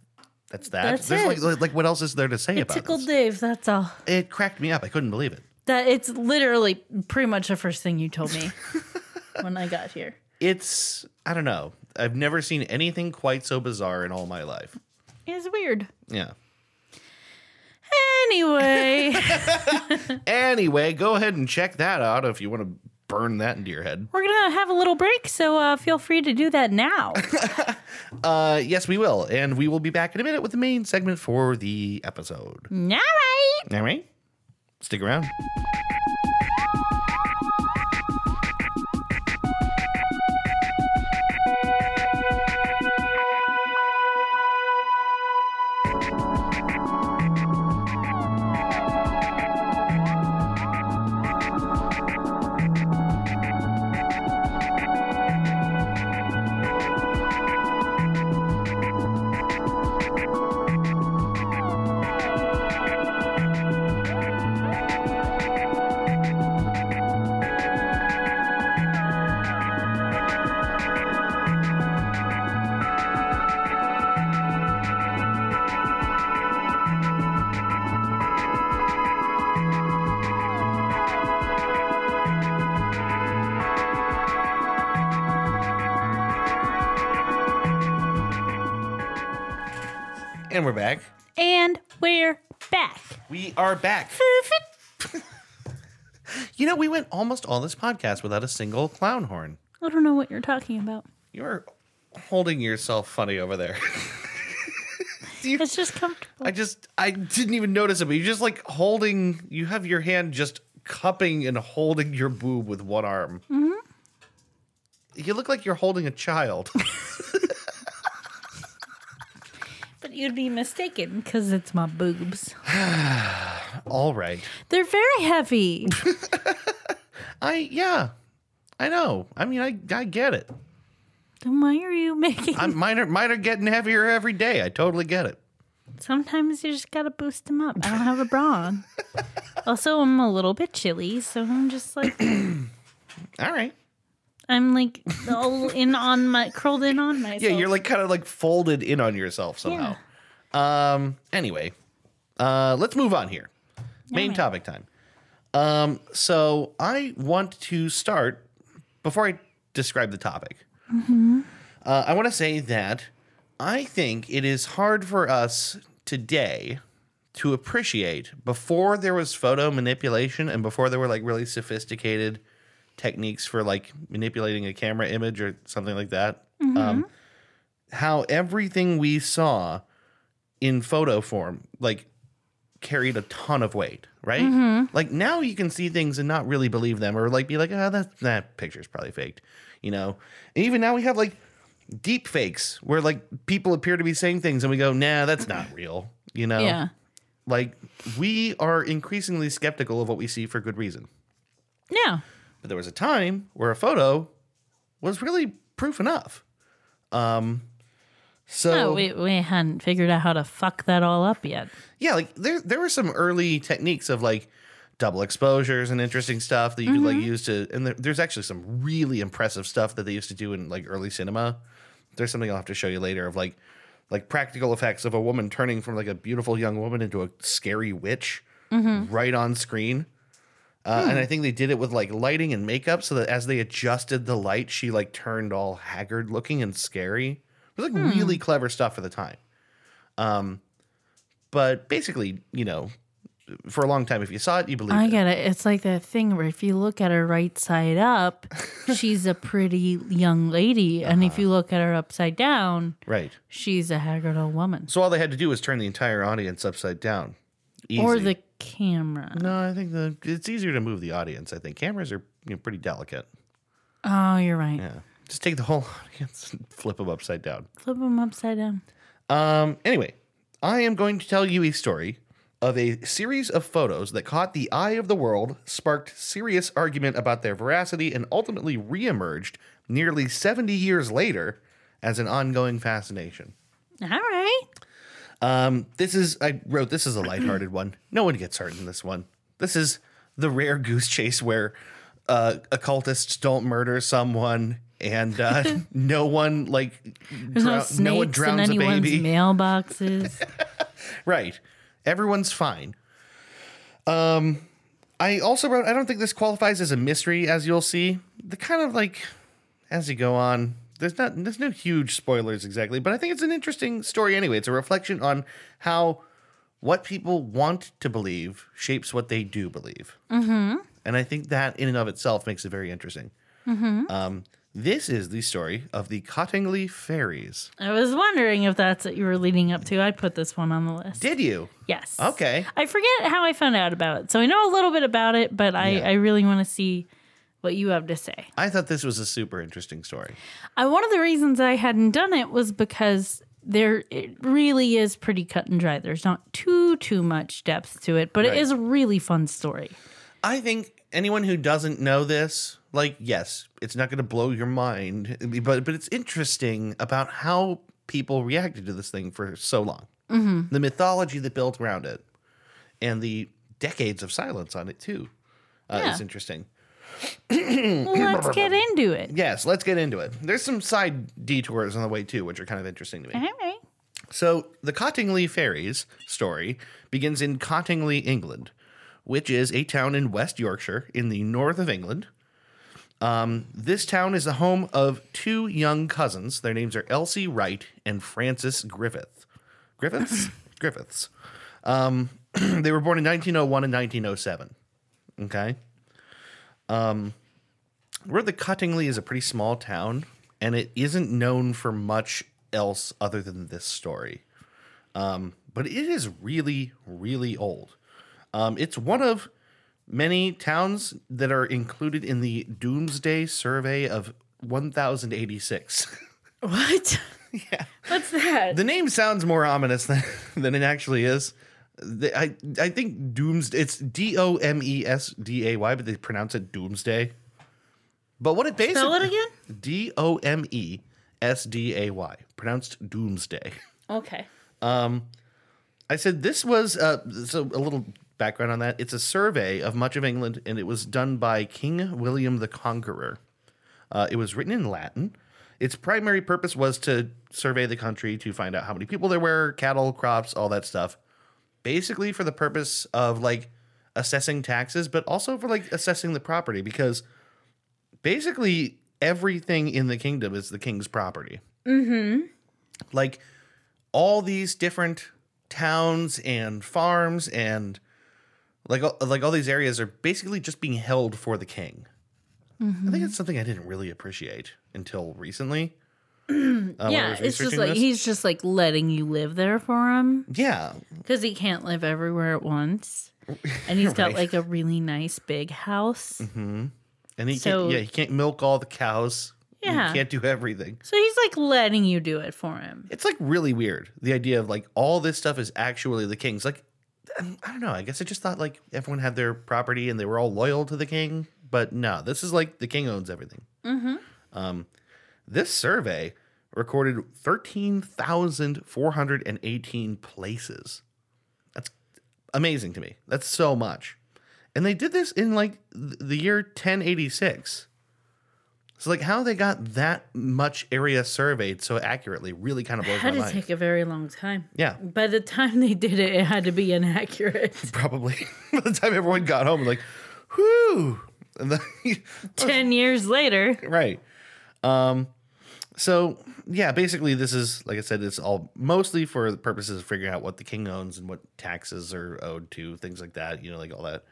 Speaker 1: that's that.
Speaker 3: That's
Speaker 1: There's
Speaker 3: it.
Speaker 1: like- like like what else is there to say about
Speaker 3: Tickled
Speaker 1: this?
Speaker 3: Dave, that's all.
Speaker 1: it cracked me up. I couldn't believe it.
Speaker 3: That it's literally pretty much the first thing you told me when I got here.
Speaker 1: It's I don't know. I've never seen anything quite so bizarre in all my life.
Speaker 3: It's weird.
Speaker 1: Yeah.
Speaker 3: Anyway,
Speaker 1: Anyway, go ahead and check that out if you want to burn that into your head.
Speaker 3: we're gonna have a little break, so uh, feel free to do that now.
Speaker 1: Uh yes, we will. And we will be back in a minute with the main segment for the episode.
Speaker 3: All right.
Speaker 1: All right? Stick around. And we're back.
Speaker 3: And we're back.
Speaker 1: We are back. you know, we went almost all this podcast without a single clown horn.
Speaker 3: I don't know what you're talking about.
Speaker 1: You're holding yourself funny over there.
Speaker 3: It's just comfortable.
Speaker 1: I just I didn't even notice it, but you're just like holding. You Mm-hmm. have your hand just cupping and holding your boob with one arm. you look like you're holding a child.
Speaker 3: But you'd be mistaken because it's my boobs.
Speaker 1: All right.
Speaker 3: They're very heavy.
Speaker 1: I yeah. I know. I mean, I I get it.
Speaker 3: then why are you making?
Speaker 1: I'm mine are mine are getting heavier every day. I totally get it.
Speaker 3: Sometimes you just gotta boost them up. I don't have a bra on. also, I'm a little bit chilly, so I'm just like
Speaker 1: All right.
Speaker 3: I'm like all in on my curled in on myself.
Speaker 1: Yeah, you're like kind of like folded in on yourself somehow. Um anyway, uh let's move on here. Main
Speaker 3: Alright.
Speaker 1: topic time. Um so I want to start before I describe the topic.
Speaker 3: Mm-hmm.
Speaker 1: Uh, I want to say that I think it is hard for us today to appreciate before there was photo manipulation and before there were like really sophisticated techniques for like manipulating a camera image or something like that. Um, how everything we saw in photo form like carried a ton of weight, right? Like now you can see things and not really believe them or like be like, oh, that, that picture's probably faked, you know? And even now we have like deep fakes where like people appear to be saying things and we go, nah, that's not real, you know?
Speaker 3: yeah.
Speaker 1: Like we are increasingly skeptical of what we see for good reason.
Speaker 3: Yeah.
Speaker 1: But there was a time where a photo was really proof enough. Um, so
Speaker 3: No, we, we hadn't figured out how to fuck that all up yet.
Speaker 1: yeah, like there there were some early techniques of like double exposures and interesting stuff that you could like use to and there, there's actually some really impressive stuff that they used to do in like early cinema. There's something I'll have to show you later of like like practical effects of a woman turning from like a beautiful young woman into a scary witch
Speaker 3: Mm-hmm.
Speaker 1: right on screen. Uh,
Speaker 3: Hmm.
Speaker 1: And I think they did it with like lighting and makeup, so that as they adjusted the light, she like turned all haggard looking and scary. It was like
Speaker 3: Hmm.
Speaker 1: really clever stuff for the time Um, but basically, you know, for a long time, if you saw it, you believed
Speaker 3: I
Speaker 1: it.
Speaker 3: get it. It's like that thing where if you look at her right side up, she's a pretty young lady, and
Speaker 1: Uh-huh.
Speaker 3: if you look at her upside down,
Speaker 1: Right.
Speaker 3: she's a haggard old woman.
Speaker 1: So all they had to do was turn the entire audience upside down. Easy.
Speaker 3: Or the camera.
Speaker 1: no, I think the it's easier to move the audience. I think cameras are you know, pretty delicate.
Speaker 3: Oh, you're right.
Speaker 1: Yeah, just take the whole audience and flip them upside down.
Speaker 3: Flip them upside down.
Speaker 1: Um. Anyway, I am going to tell you a story of a series of photos that caught the eye of the world, sparked serious argument about their veracity, and ultimately reemerged nearly seventy years later as an ongoing fascination.
Speaker 3: All right.
Speaker 1: Um, this is I wrote this is a lighthearted one. No one gets hurt in this one. This is the rare goose chase where uh, occultists don't murder someone and uh, no one like
Speaker 3: There's no
Speaker 1: drow-
Speaker 3: snakes in anyone's mailboxes.
Speaker 1: Right. Everyone's fine. Um, I also wrote, I don't think this qualifies as a mystery, as you'll see. The kind of like, as you go on, there's not, there's no huge spoilers exactly, but I think it's an interesting story anyway. It's a reflection on how what people want to believe shapes what they do believe. Mm-hmm. And I think that in and of itself makes it very interesting. Um, this is the story of the Cottingley Fairies.
Speaker 3: I was wondering if that's what you were leading up to. I put this one on the list.
Speaker 1: Did you?
Speaker 3: yes.
Speaker 1: Okay.
Speaker 3: I forget how I found out about it. So I know a little bit about it, but I,
Speaker 1: Yeah.
Speaker 3: I really want to see what you have to say.
Speaker 1: I thought this was a super interesting story.
Speaker 3: I, one of the reasons I hadn't done it was because there it really is pretty cut and dry. There's not too too much depth to it, but
Speaker 1: Right.
Speaker 3: it is a really fun story.
Speaker 1: I think anyone who doesn't know this, like, yes, it's not going to blow your mind, but but it's interesting about how people reacted to this thing for so long, mm-hmm. the mythology that built around it, and the decades of silence on it too. Uh,
Speaker 3: Yeah.
Speaker 1: It's interesting.
Speaker 3: Let's get into it.
Speaker 1: Yes, let's get into it. There's some side detours on the way too, which are kind of interesting to me.
Speaker 3: All right.
Speaker 1: So the Cottingley Fairies story begins in Cottingley, England, which is a town in West Yorkshire in the north of England. Um, this town is the home of two young cousins. Their names are Elsie Wright and Frances Griffith. Griffiths? Griffiths. Um, they were born in 1901 and 1907. Okay. Where the Cottingley is a pretty small town, and it isn't known for much else other than this story. Um, but it is really, really old. Um, it's one of many towns that are included in the Doomsday Survey of 1086.
Speaker 3: What? What's that?
Speaker 1: the name sounds more ominous than, than it actually is. The- I I think doomsday. It's D O M E S D A Y, but they pronounce it doomsday. But what it
Speaker 3: Spell it
Speaker 1: basically
Speaker 3: again?
Speaker 1: D O M E S D A Y, pronounced doomsday.
Speaker 3: Okay.
Speaker 1: I said this was uh, so a little background on that. It's a survey of much of England, and it was done by King William the Conqueror. Uh, it was written in Latin. Its primary purpose was to survey the country to find out how many people there were, cattle, crops, all that stuff. Basically, for the purpose of like assessing taxes, but also for like assessing the property, because basically everything in the kingdom is the king's property. Mm-hmm. Like all these different towns and farms and like all- like all these areas are basically just being held for the king. I
Speaker 3: Mm-hmm.
Speaker 1: think it's something I didn't really appreciate until recently. uh, when I
Speaker 3: yeah,
Speaker 1: was
Speaker 3: it's just
Speaker 1: researching
Speaker 3: like
Speaker 1: this.
Speaker 3: he's just like letting you live there for him
Speaker 1: yeah,
Speaker 3: because he can't live everywhere at once, and he's got
Speaker 1: Right. Mm-hmm.
Speaker 3: like a really nice big house.
Speaker 1: and he
Speaker 3: So-
Speaker 1: can't, yeah he can't milk all the cows.
Speaker 3: Yeah.
Speaker 1: he can't do everything.
Speaker 3: So he's like letting you do it for him.
Speaker 1: It's like really weird the idea of like all this stuff is actually the king's. Like I don't know. I guess I just thought like everyone had their property and they were all loyal to the king, but no, this is like the king owns everything. Um,
Speaker 3: Mm-hmm.
Speaker 1: This survey recorded 13,418 places. That's amazing to me. That's so much. And they did this in like th- the year 1086. So like how they got that much area surveyed so accurately really kind of blows my
Speaker 3: Had to
Speaker 1: mind.
Speaker 3: take a very long time.
Speaker 1: yeah,
Speaker 3: By the time they did it, it had to be inaccurate.
Speaker 1: probably. By the time everyone got home, like, whoo. And then,
Speaker 3: Ten years later,
Speaker 1: right. Um, so yeah, basically this is like I said, it's all mostly for the purposes of figuring out what the king owns and what taxes are owed to, things like that, you know, like all that.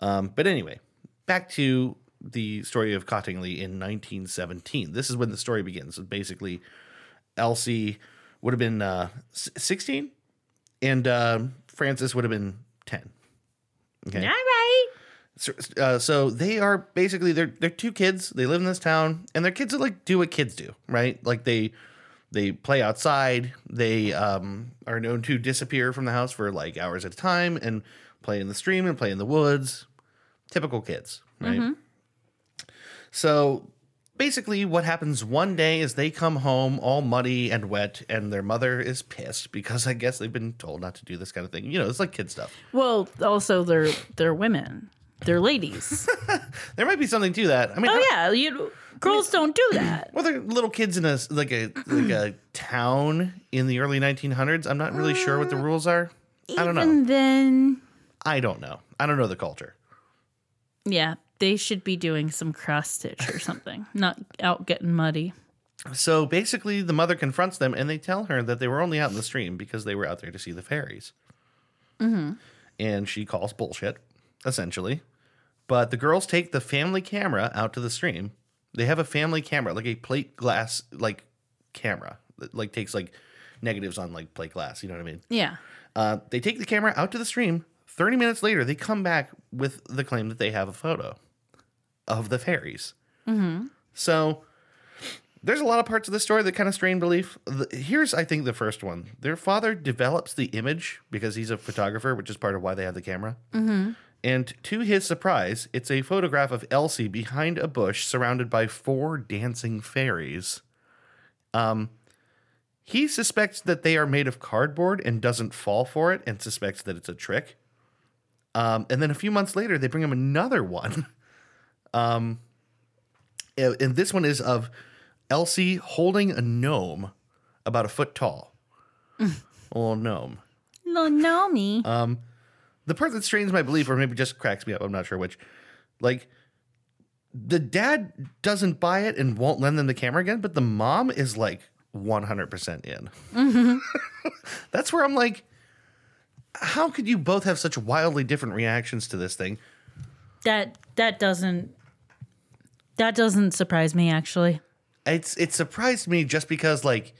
Speaker 1: Um, but anyway, back to the story of Cottingley in 1917. This is when the story begins. So basically, Elsie would have been uh, s- 16, and uh, Francis would have been 10. Okay.
Speaker 3: all right.
Speaker 1: So, uh, so they are basically they're they're two kids. They live in this town, and their kids are like do what kids do, right? Like they they play outside. They um, are known to disappear from the house for like hours at a time and play in the stream and play in the woods. Typical kids, right? So basically, what happens one day is they come home all muddy and wet, and their mother is pissed because I guess they've been told not to do this kind of thing. You know, it's like kid stuff.
Speaker 3: Well, also they're they're women. They're ladies.
Speaker 1: There might be something to that. I mean, I-
Speaker 3: oh yeah, you girls don't do that.
Speaker 1: Well, they're little kids in a like a like a town in the early 1900s. I'm not really sure what the rules are. I don't know.
Speaker 3: And then
Speaker 1: I don't know. I don't know the culture.
Speaker 3: yeah, they should be doing some cross stitch or something, not out getting muddy.
Speaker 1: So basically, the mother confronts them, and they tell her that they were only out in the stream because they were out there to see the fairies. Mm-hmm. And she calls bullshit, essentially. But the girls take the family camera out to the stream. They have a family camera, like a plate glass like camera, that like takes like negatives on like plate glass. You know what I mean?
Speaker 3: Yeah.
Speaker 1: Uh, they take the camera out to the stream. 30 minutes later, they come back with the claim that they have a photo of the fairies. So there's a lot of parts of the story that kind of strain belief. The- Here's, I think, the first one. Their father develops the image because he's a photographer, which is part of why they have the camera. And to his surprise, it's a photograph of Elsie behind a bush surrounded by four dancing fairies. He suspects that they are made of cardboard and doesn't fall for it and suspects that it's a trick. Um, and then a few months later, they bring him another one. Um, and and this one is of Elsie holding a gnome about a foot tall. A little gnome.
Speaker 3: No, no me.
Speaker 1: The part that strains my belief, or maybe just cracks me up, I'm not sure which. Like, the dad doesn't buy it and won't lend them the camera again, but the mom is like 100% in. That's where I'm like, how could you both have such wildly different reactions to this thing?
Speaker 3: that that doesn't that doesn't surprise me actually.
Speaker 1: It's it surprised me just because like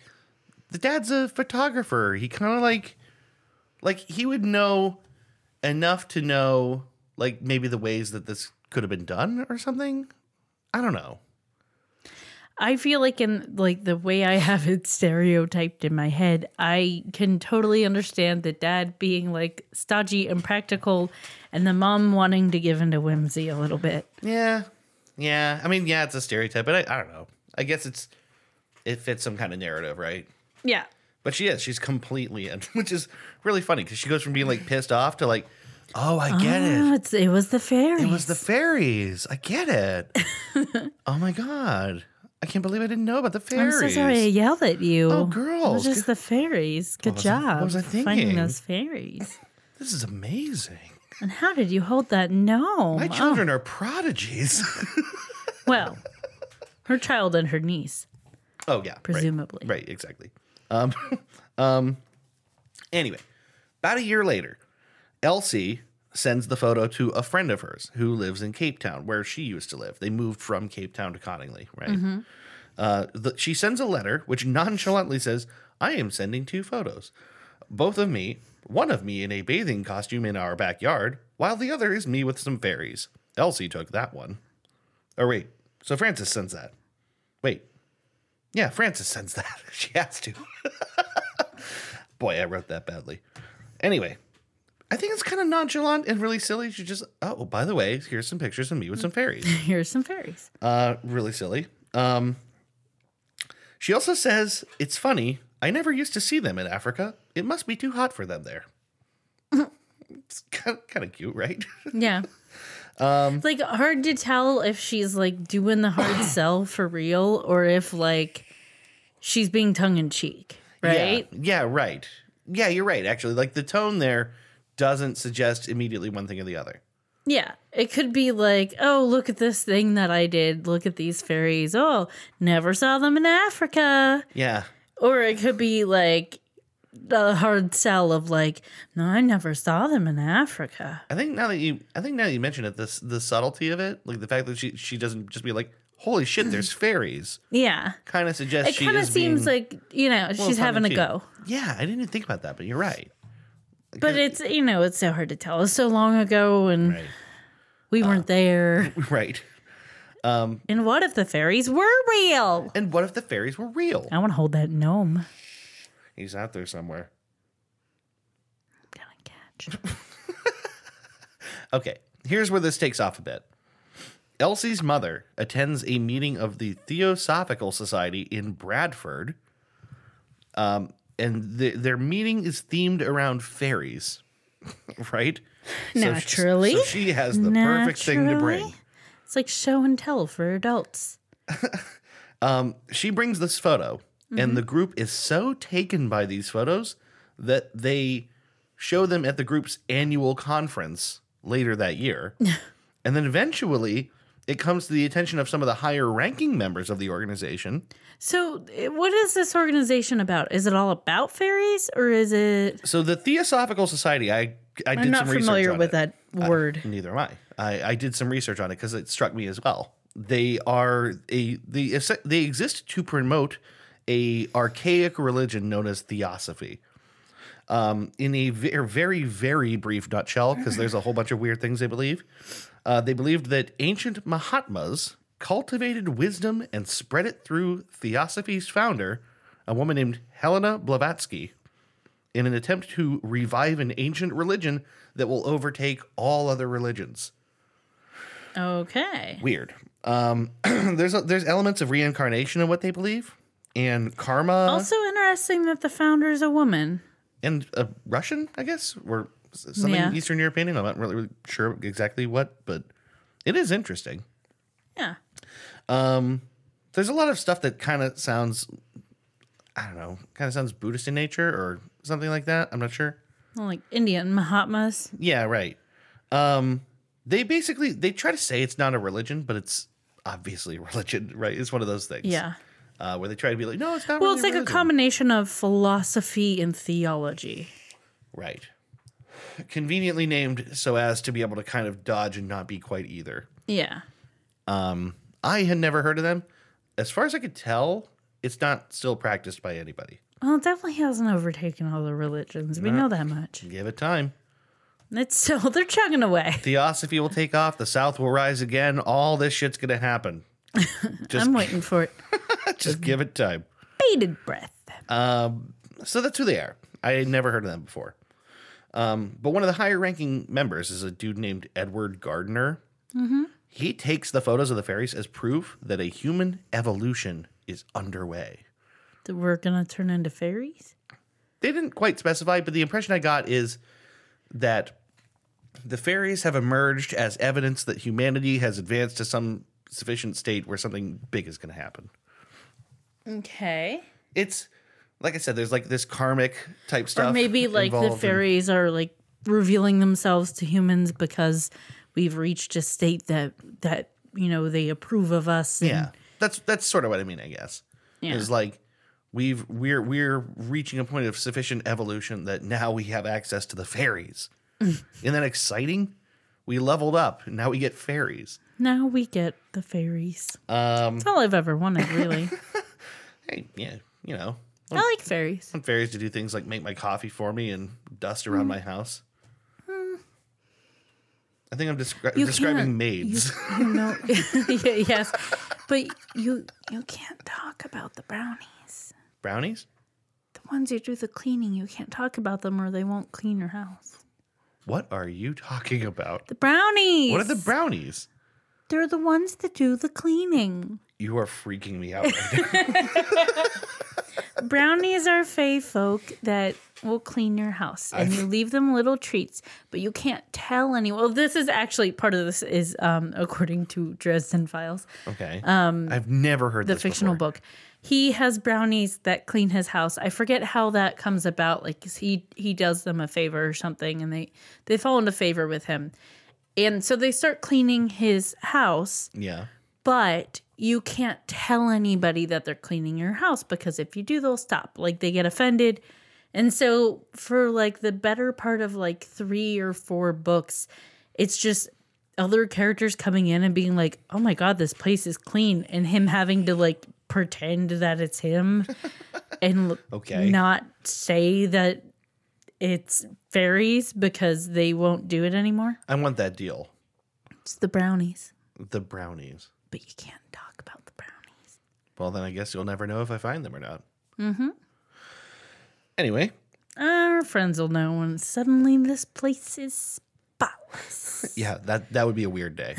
Speaker 1: the dad's a photographer. He kind of like like he would know enough to know like maybe the ways that this could have been done or something. I don't know.
Speaker 3: I feel like in like the way I have it stereotyped in my head, I can totally understand the dad being like stodgy and practical and the mom wanting to give into whimsy a little bit.
Speaker 1: Yeah. Yeah. I mean, yeah, it's a stereotype, but I, I don't know. I guess it's it fits some kind of narrative, right?
Speaker 3: Yeah.
Speaker 1: But she is. She's completely in, which is really funny because she goes from being like pissed off to like, oh, I get
Speaker 3: Oh,
Speaker 1: it.
Speaker 3: it's, it was the fairies.
Speaker 1: It was the fairies. I get it. oh my god. I can't believe I didn't know about the
Speaker 3: I'm
Speaker 1: fairies.
Speaker 3: so sorry I yelled at you.
Speaker 1: Oh,
Speaker 3: It
Speaker 1: girls.
Speaker 3: was just the fairies. Good
Speaker 1: was I- what
Speaker 3: job.
Speaker 1: was I thinking?
Speaker 3: Finding those fairies.
Speaker 1: This is amazing.
Speaker 3: And how did you hold that? No.
Speaker 1: My
Speaker 3: Oh,
Speaker 1: children are prodigies.
Speaker 3: well, her child and her niece.
Speaker 1: oh yeah. right.
Speaker 3: Presumably.
Speaker 1: Right, exactly. Um, um, anyway, about a year later, Elsie sends the photo to a friend of hers who lives in Cape Town, where she used to live. They moved from Cape Town to Cottingley, right? Uh, the, she sends a letter which nonchalantly says, I am sending two photos. Both of me, one of me in a bathing costume in our backyard, while the other is me with some fairies. Elsie took that one. Oh, wait. So Francis sends that. Wait. Yeah, Frances sends that. she has to. Boy, I wrote that badly. Anyway, I think it's kind of nonchalant and really silly. She just, oh, by the way, here's some pictures of me with some fairies.
Speaker 3: Here's some fairies.
Speaker 1: Uh, really silly. Um, she also says, it's funny. I never used to see them in Africa. It must be too hot for them there. it's kind of, kind of cute, right?
Speaker 3: Yeah.
Speaker 1: um,
Speaker 3: it's like hard to tell if she's like doing the hard sell for real or if like she's being tongue in cheek, right?
Speaker 1: Yeah, yeah, right. Yeah, you're right, actually. Like the tone there doesn't suggest immediately one thing or the other.
Speaker 3: Yeah. It could be like, oh, look at this thing that I did. Look at these fairies. Oh, never saw them in Africa.
Speaker 1: Yeah.
Speaker 3: Or it could be like the hard sell of like, no, I never saw them in Africa.
Speaker 1: I think now that you, I think now that you mention it, this the subtlety of it, like the fact that she she doesn't just be like, "Holy shit, there's fairies,"
Speaker 3: Yeah.
Speaker 1: kind of suggests
Speaker 3: It
Speaker 1: she
Speaker 3: kind of
Speaker 1: is
Speaker 3: seems
Speaker 1: being-
Speaker 3: like, you know, she's having a
Speaker 1: tongue-in-cheek.
Speaker 3: go.
Speaker 1: Yeah, I didn't even think about that, but you're right.
Speaker 3: But it's, you know, it's so hard to tell. It's so long ago and
Speaker 1: Right, Uh,
Speaker 3: we weren't there.
Speaker 1: right.
Speaker 3: And what if the fairies were real?
Speaker 1: And what if the fairies were real?
Speaker 3: I want to hold that gnome.
Speaker 1: He's out there somewhere.
Speaker 3: Gonna catch.
Speaker 1: Okay, here's where this takes off a bit. Elsie's mother attends a meeting of the Theosophical Society in Bradford. Um, and the, their meeting is themed around fairies, right? So she-
Speaker 3: Naturally.
Speaker 1: so she has the perfect thing to bring.
Speaker 3: Naturally. It's like show and tell for adults.
Speaker 1: Um, she brings this photo, and
Speaker 3: Mm-hmm.
Speaker 1: the group is so taken by these photos that they show them at the group's annual conference later that year. and then eventually, it comes to the attention of some of the higher ranking members of the organization.
Speaker 3: So, eh, what is this organization about? Is it all about fairies or is it?
Speaker 1: So, the Theosophical Society, I, I did
Speaker 3: I'm not
Speaker 1: some research
Speaker 3: familiar
Speaker 1: on
Speaker 3: with
Speaker 1: it.
Speaker 3: that word.
Speaker 1: Neither am I. I. I did some research on it because it struck me as well. They are a they ex- they exist to promote a archaic religion known as theosophy. Um, in a ve- very very brief nutshell, because there's a whole bunch of weird things they believe. Uh, they believed that ancient Mahatmas cultivated wisdom and spread it through Theosophy's founder, a woman named Helena Blavatsky in an attempt to revive an ancient religion that will overtake all other religions.
Speaker 3: Okay.
Speaker 1: Weird. Um, there's there's elements of reincarnation in what they believe, and karma,
Speaker 3: Also interesting that the founder is a woman.
Speaker 1: and uh, Russian, I guess, or s- something
Speaker 3: Yeah.
Speaker 1: Eastern European. I'm not really, really sure exactly what, but it is interesting.
Speaker 3: Yeah.
Speaker 1: There's a lot of stuff that kind of sounds, I don't know, kind of sounds Buddhist in nature or something like that. I'm not sure.
Speaker 3: Well, Like Indian Mahatmas.
Speaker 1: Yeah, right. Um, they basically they try to say it's not a religion, but it's obviously a religion, right? It's one of those things.
Speaker 3: Yeah.
Speaker 1: Uh, where they try to be like, no, it's not.
Speaker 3: Well,
Speaker 1: really
Speaker 3: it's like a
Speaker 1: religion.
Speaker 3: combination of philosophy and theology.
Speaker 1: Right. Conveniently named so as to be able to kind of dodge and not be quite either.
Speaker 3: Yeah.
Speaker 1: I had never heard of them. As far as I could tell, it's not still practiced by anybody.
Speaker 3: Well, it definitely hasn't overtaken all the religions. We know that much.
Speaker 1: Give it time.
Speaker 3: It's still, they're chugging away.
Speaker 1: Theosophy will take off. The South will rise again. All this shit's gonna happen. Just
Speaker 3: I'm waiting for it.
Speaker 1: Just give it time.
Speaker 3: Bated breath.
Speaker 1: So that's who they are. I had never heard of them before. Um, but one of the higher ranking members is a dude named Edward Gardner.
Speaker 3: Mm-hmm.
Speaker 1: He takes the photos of the fairies as proof that a human evolution is underway.
Speaker 3: That We're gonna turn into fairies.
Speaker 1: They didn't quite specify, but the impression I got is that the fairies have emerged as evidence that humanity has advanced to some sufficient state where something big is going to happen.
Speaker 3: Okay.
Speaker 1: It's like I said, there's like this karmic type stuff.
Speaker 3: Or maybe like the
Speaker 1: involved in-
Speaker 3: fairies are like revealing themselves to humans because we've reached a state that that you know they approve of us. and-
Speaker 1: Yeah, that's that's sort of what I mean. I guess
Speaker 3: Yeah.
Speaker 1: is like we've we're we're reaching a point of sufficient evolution that now we have access to the fairies. Isn't that exciting? We leveled up. and Now we get fairies.
Speaker 3: Now we get the fairies. Um, That's all I've ever wanted, really.
Speaker 1: Hey, yeah, you know,
Speaker 3: I like fairies.
Speaker 1: I want fairies to do things like make my coffee for me and dust
Speaker 3: Mm.
Speaker 1: around my house. I think I'm descri-
Speaker 3: Hmm. You
Speaker 1: describing
Speaker 3: can't-
Speaker 1: maids.
Speaker 3: You know, yeah, yes, but you you can't talk about the brownies.
Speaker 1: Brownies?
Speaker 3: The ones who do the cleaning, you can't talk about them, or they won't clean your house.
Speaker 1: What are you talking about?
Speaker 3: The brownies.
Speaker 1: What are the brownies?
Speaker 3: They're the ones that do the cleaning.
Speaker 1: You are freaking me out right now.
Speaker 3: Brownies are fey folk that will clean your house, and you leave them little treats, but you can't tell anyone. Well, this is actually part of this is um, according to Dresden Files.
Speaker 1: Okay. Um, I've never heard
Speaker 3: the
Speaker 1: this
Speaker 3: fictional
Speaker 1: before.
Speaker 3: book. He has brownies that clean his house. I forget how that comes about. Like 'cause he he does them a favor or something, and they they fall into favor with him, and so they start cleaning his house.
Speaker 1: Yeah.
Speaker 3: But you can't tell anybody that they're cleaning your house because if you do, they'll stop. Like they get offended, and so for like the better part of like three or four books, it's just other characters coming in and being like, "Oh my god, this place is clean," and him having to like pretend that it's him and l-
Speaker 1: Okay.
Speaker 3: not say that it's fairies because they won't do it anymore.
Speaker 1: I want that deal.
Speaker 3: It's the brownies,
Speaker 1: The brownies.
Speaker 3: but you can't talk about the brownies.
Speaker 1: Well, then I guess you'll never know if I find them or not. Mm-hmm. Anyway,
Speaker 3: Our friends will know when suddenly this place is spotless.
Speaker 1: yeah, that that would be a weird day.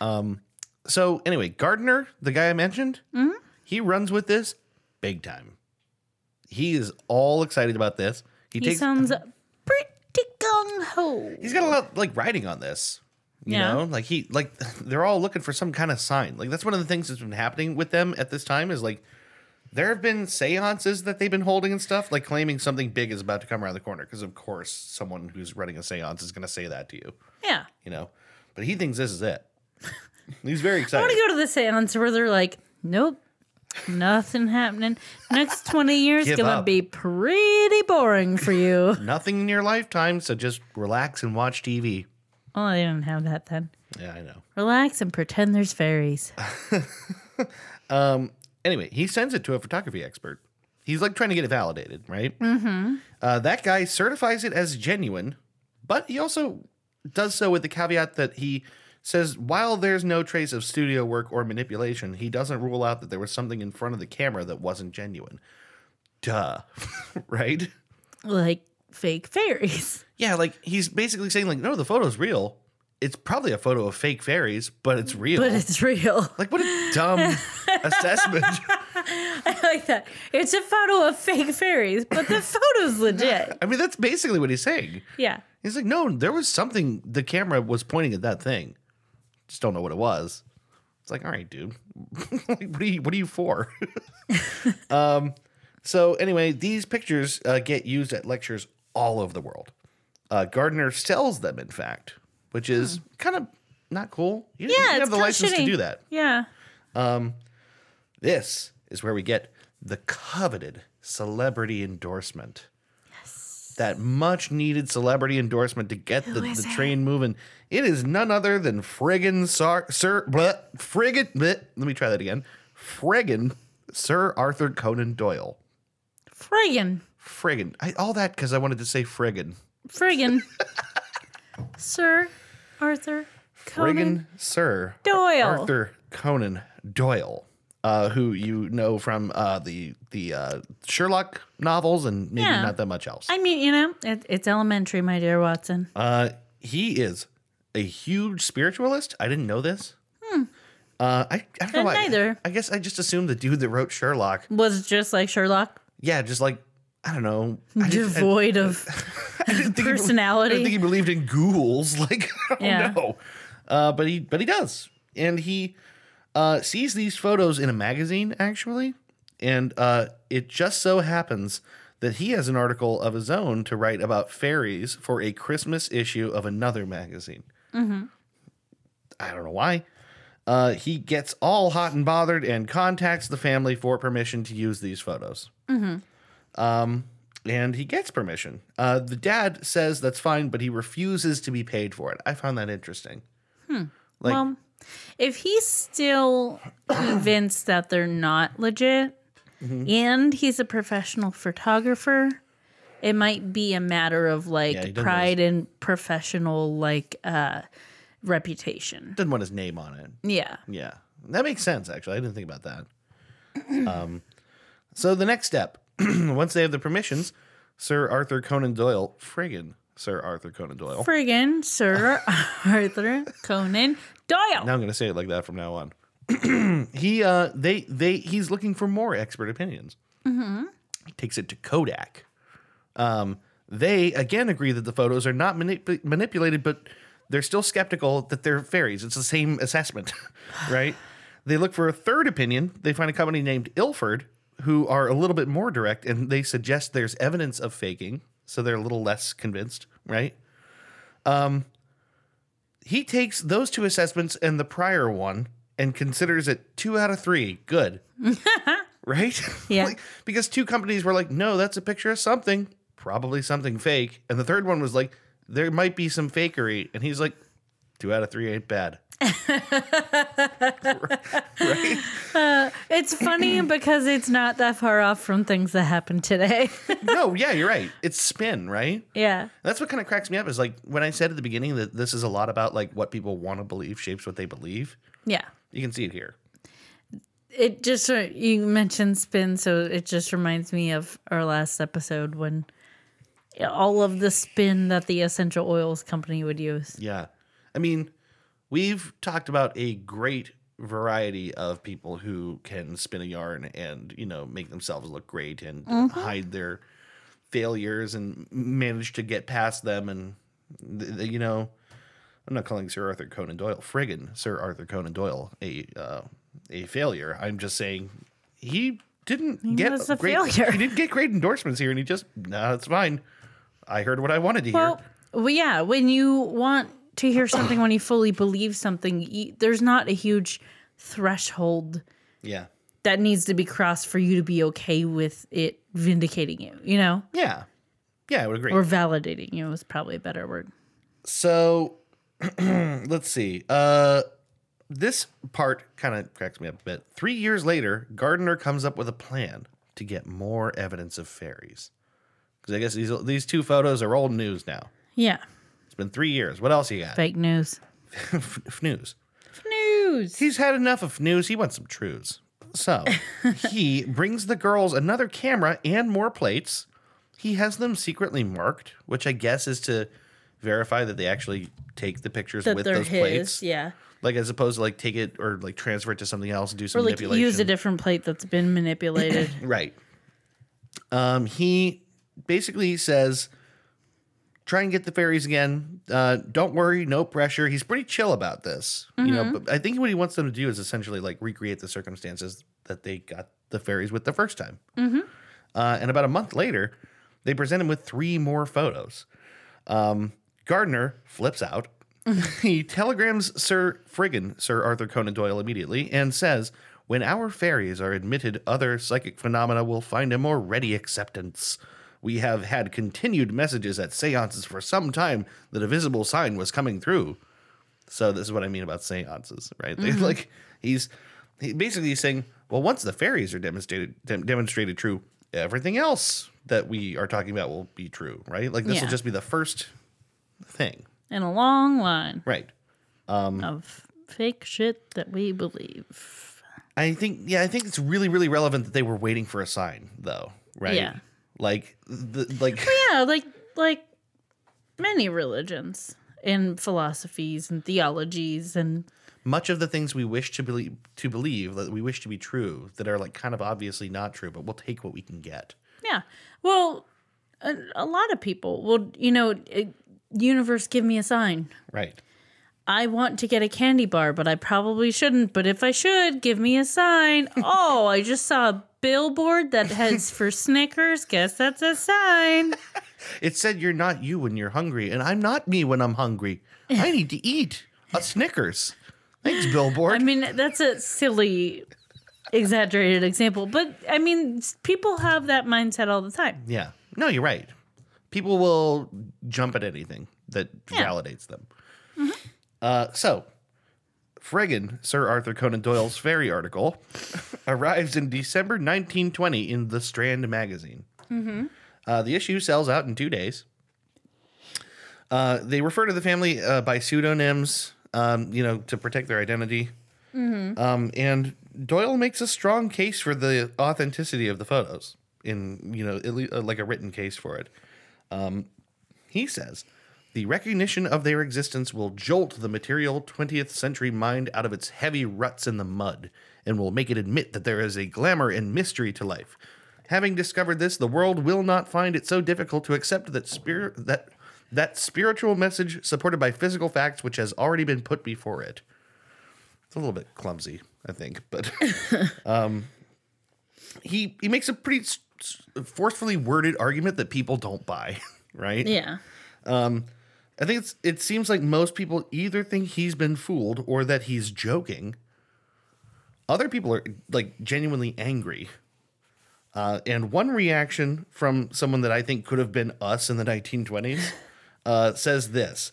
Speaker 1: um. So anyway, Gardner, the guy I mentioned, he runs with this big time. He is all excited about this. He,
Speaker 3: He
Speaker 1: takes.
Speaker 3: sounds pretty gung ho.
Speaker 1: he's got a lot like writing on this. You
Speaker 3: Yeah.
Speaker 1: know, like he like they're all looking for some kind of sign. Like that's one of the things that's been happening with them at this time is like there have been seances that they've been holding and stuff, like claiming something big is about to come around the corner. Because of course, someone who's running a seance is going to say that to you.
Speaker 3: Yeah.
Speaker 1: You know, but he thinks this is it. He's very
Speaker 3: I want
Speaker 1: excited.
Speaker 3: to go to the seance where they're like, nope, nothing happening. Next 20 years
Speaker 1: Give
Speaker 3: going to
Speaker 1: up.
Speaker 3: be pretty boring for you.
Speaker 1: Nothing in your lifetime, so just relax and watch TV.
Speaker 3: well, I didn't have that then.
Speaker 1: Yeah, I know.
Speaker 3: Relax and pretend there's fairies.
Speaker 1: Anyway, he sends it to a photography expert. He's like trying to get it validated, right? Mm-hmm. Uh, that guy certifies it as genuine, but he also does so with the caveat that he says while there's no trace of studio work or manipulation, he doesn't rule out that there was something in front of the camera that wasn't genuine. Duh, right?
Speaker 3: like fake fairies.
Speaker 1: Yeah, like he's basically saying like, no, the photo's real. It's probably a photo of fake fairies, but it's real.
Speaker 3: But it's real.
Speaker 1: like what a dumb assessment.
Speaker 3: I like that. It's a photo of fake fairies, but the photo's legit.
Speaker 1: I mean, that's basically what he's saying.
Speaker 3: Yeah.
Speaker 1: He's like, no, there was something. The camera was pointing at that thing. Just don't know what it was. It's like, all right, dude. like, what are you? What are you for? um. So anyway, these pictures uh, get used at lectures all over the world. Uh, Gardner sells them, in fact, which is kind of not cool. You, you
Speaker 3: Hmm. Yeah,
Speaker 1: didn't
Speaker 3: it's
Speaker 1: have the
Speaker 3: kinda
Speaker 1: license to
Speaker 3: shitty.
Speaker 1: do that.
Speaker 3: Yeah.
Speaker 1: This is where we get the coveted celebrity endorsement. Yes. That much needed celebrity endorsement to get the, the train moving. It is none other than friggin' Sar- Sir, bleh, friggin', bleh, let me try that again. Friggin' Sir Arthur Conan Doyle.
Speaker 3: Friggin.
Speaker 1: Friggin'. I, all that because I wanted to say friggin'.
Speaker 3: Friggin. Sir Arthur
Speaker 1: Friggin'
Speaker 3: Conan
Speaker 1: Sir
Speaker 3: Doyle.
Speaker 1: Arthur Conan Doyle. uh, who you know from uh, the the uh, Sherlock novels and maybe
Speaker 3: Yeah.
Speaker 1: not that much else.
Speaker 3: I mean, you know, it, it's elementary, my dear Watson.
Speaker 1: Uh, he is a huge spiritualist. I didn't know this. Uh, I, I don't know
Speaker 3: Hmm. Didn't
Speaker 1: why.
Speaker 3: either.
Speaker 1: I guess I just assumed the dude that wrote Sherlock.
Speaker 3: Was just like Sherlock,
Speaker 1: Yeah, just like I don't know. I didn't- I-
Speaker 3: devoid of
Speaker 1: I didn't think he be- I
Speaker 3: personality.
Speaker 1: didn't think he believed in ghouls. Like, I don't
Speaker 3: Yeah.
Speaker 1: know. Uh, but he, but he does, and he uh, sees these photos in a magazine actually, and uh, it just so happens that he has an article of his own to write about fairies for a Christmas issue of another magazine. I don't know why. Uh, he gets all hot and bothered and contacts the family for permission to use these photos. Um, and he gets permission. Uh, the dad says that's fine, but he refuses to be paid for it. I found that interesting. Like,
Speaker 3: well, if he's still convinced that they're not legit
Speaker 1: Mm-hmm.
Speaker 3: and he's a professional photographer, it might be a matter of like
Speaker 1: Yeah, he doesn't
Speaker 3: pride and professional like uh reputation.
Speaker 1: didn't want his name on it.
Speaker 3: Yeah.
Speaker 1: Yeah, that makes sense. Actually, I didn't think about that. Um, so the next step, once they have the permissions, Sir Arthur Conan Doyle, friggin' Sir Arthur Conan Doyle.
Speaker 3: Friggin' Sir Arthur Conan Doyle.
Speaker 1: Now I'm gonna say it like that from now on. he uh they they he's looking for more expert opinions. He takes it to Kodak. Um, they again agree that the photos are not manip- manipulated, but they're still skeptical that they're fairies. It's the same assessment, right? They look for a third opinion. They find a company named Ilford who are a little bit more direct, and they suggest there's evidence of faking, so they're a little less convinced, right? he takes those two assessments and the prior one and considers it two out of three good right
Speaker 3: Yeah.
Speaker 1: Like, because two companies were like no that's a picture of something probably something fake and the third one was like there might be some fakery and he's like two out of three ain't bad right
Speaker 3: It's funny because it's not that far off from things that happen today.
Speaker 1: no yeah you're right it's spin right
Speaker 3: yeah.
Speaker 1: That's what kind of cracks me up is like when I said at the beginning that this is a lot about like what people want to believe shapes what they believe.
Speaker 3: Yeah.
Speaker 1: You can see it here.
Speaker 3: It just uh, you mentioned spin, so it just reminds me of our last episode when all of the spin that the essential oils company would use.
Speaker 1: Yeah. I mean, we've talked about a great variety of people who can spin a yarn and, you know, make themselves look great and
Speaker 3: Mm-hmm.
Speaker 1: hide their failures and manage to get past them. And, th- th- you know, I'm not calling Sir Arthur Conan Doyle, friggin' Sir Arthur Conan Doyle, a, uh, a failure. I'm just saying he didn't get
Speaker 3: was a
Speaker 1: great,
Speaker 3: failure.
Speaker 1: He didn't get great endorsements here and he just, nah, it's fine. I heard what I wanted to hear.
Speaker 3: Well, well, yeah, when you want to hear something, when you fully believe something, y there's not a huge threshold
Speaker 1: Yeah.
Speaker 3: that needs to be crossed for you to be okay with it vindicating you, you know,
Speaker 1: Yeah. Yeah, I would agree.
Speaker 3: or validating you is probably a better word.
Speaker 1: So let's see. Uh, this part kind of cracks me up a bit. Three years later, Gardner comes up with a plan to get more evidence of fairies. Because I guess these these two photos are old news now.
Speaker 3: Yeah,
Speaker 1: It's been three years. What else you got?
Speaker 3: fake news.
Speaker 1: F- news.
Speaker 3: News.
Speaker 1: He's had enough of news. He wants some truths. So he brings the girls another camera and more plates. He has them secretly marked, which I guess is to verify that they actually take the pictures
Speaker 3: that
Speaker 1: with
Speaker 3: they're
Speaker 1: those
Speaker 3: his,
Speaker 1: plates.
Speaker 3: yeah.
Speaker 1: like as opposed to like take it or like transfer it to something else and do some
Speaker 3: or like
Speaker 1: manipulation.
Speaker 3: use a different plate that's been manipulated.
Speaker 1: right. Um, he basically says, "Try and get the fairies again. Uh, don't worry, no pressure." He's pretty chill about this, you know. But I think what he wants them to do is essentially like recreate the circumstances that they got the fairies with the first time. Uh, and about a month later, they present him with three more photos. Um, Gardner flips out. he telegrams Sir Friggin, Sir Arthur Conan Doyle, immediately and says, When our fairies are admitted, other psychic phenomena will find a more ready acceptance. We have had continued messages at seances for some time that a visible sign was coming through. So this is what I mean about seances, right? They- Like he's he basically saying, well, once the fairies are demonstrated dem- demonstrated true, everything else that we are talking about will be true, right? Like this
Speaker 3: Yeah.
Speaker 1: will just be the first thing,
Speaker 3: in a long line
Speaker 1: right?
Speaker 3: of fake shit that we believe.
Speaker 1: I think yeah, I think it's really really relevant that they were waiting for a sign though, right?
Speaker 3: Yeah.
Speaker 1: Like the like
Speaker 3: Yeah, like like many religions and philosophies and theologies and
Speaker 1: much of the things we wish to believe to believe that we wish to be true that are like kind of obviously not true, but we'll take what we can get.
Speaker 3: yeah. Well, a, a lot of people will, you know, it- universe give me a sign.
Speaker 1: Right.
Speaker 3: I want to get a candy bar, but I probably shouldn't. But if I should, give me a sign. Oh, I just saw a billboard that has for Snickers. Guess that's a sign.
Speaker 1: It said you're not you when you're hungry, and I'm not me when I'm hungry. I need to eat a Snickers. Thanks, Billboard.
Speaker 3: I mean, that's a silly, exaggerated example, but I mean, s- people have that mindset all the time.
Speaker 1: yeah. No, you're right. People will jump at anything that validates them. Uh, so, friggin' Sir Arthur Conan Doyle's fairy article arrives in December 1920 in The Strand magazine. Uh, the issue sells out in two days. Uh, they refer to the family uh, by pseudonyms, um, you know, to protect their identity. Um, and Doyle makes a strong case for the authenticity of the photos in, you know, at lea- uh, like a written case for it. Um, he says the recognition of their existence will jolt the material 20th century mind out of its heavy ruts in the mud and will make it admit that there is a glamour and mystery to life. Having discovered this, the world will not find it so difficult to accept that spirit that that spiritual message supported by physical facts which has already been put before it. It's a little bit clumsy, I think, but um, he he makes a pretty s- s- forcefully worded argument that people don't buy, right?
Speaker 3: Yeah.
Speaker 1: I think it's it seems like most people either think he's been fooled or that he's joking. Other people are like genuinely angry. Uh, and one reaction from someone that I think could have been us in the 1920s uh, says this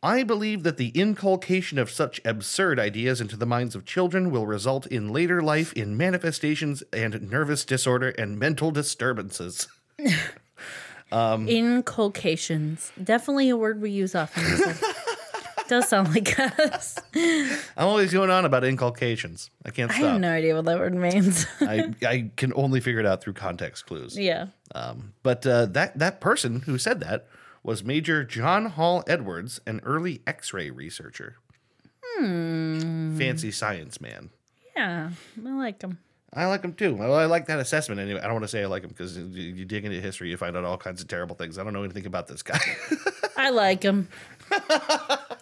Speaker 1: I believe that the inculcation of such absurd ideas into the minds of children will result in later life in manifestations and nervous disorder and mental disturbances.
Speaker 3: Um, Inculcations. Definitely a word we use often. isn't it? Does sound like us.
Speaker 1: I'm always going on about inculcations. I can't
Speaker 3: I
Speaker 1: stop.
Speaker 3: have no idea what that word means.
Speaker 1: I, I can only figure it out through context clues.
Speaker 3: yeah.
Speaker 1: Um, but uh, that that person who said that was Major John Hall Edwards, an early X-ray researcher.
Speaker 3: Hmm.
Speaker 1: Fancy science man.
Speaker 3: Yeah. I like them.
Speaker 1: I like him too. Well, I like that assessment anyway. I don't want to say I like him because you, you dig into history, you find out all kinds of terrible things. I don't know anything about this guy.
Speaker 3: I like them.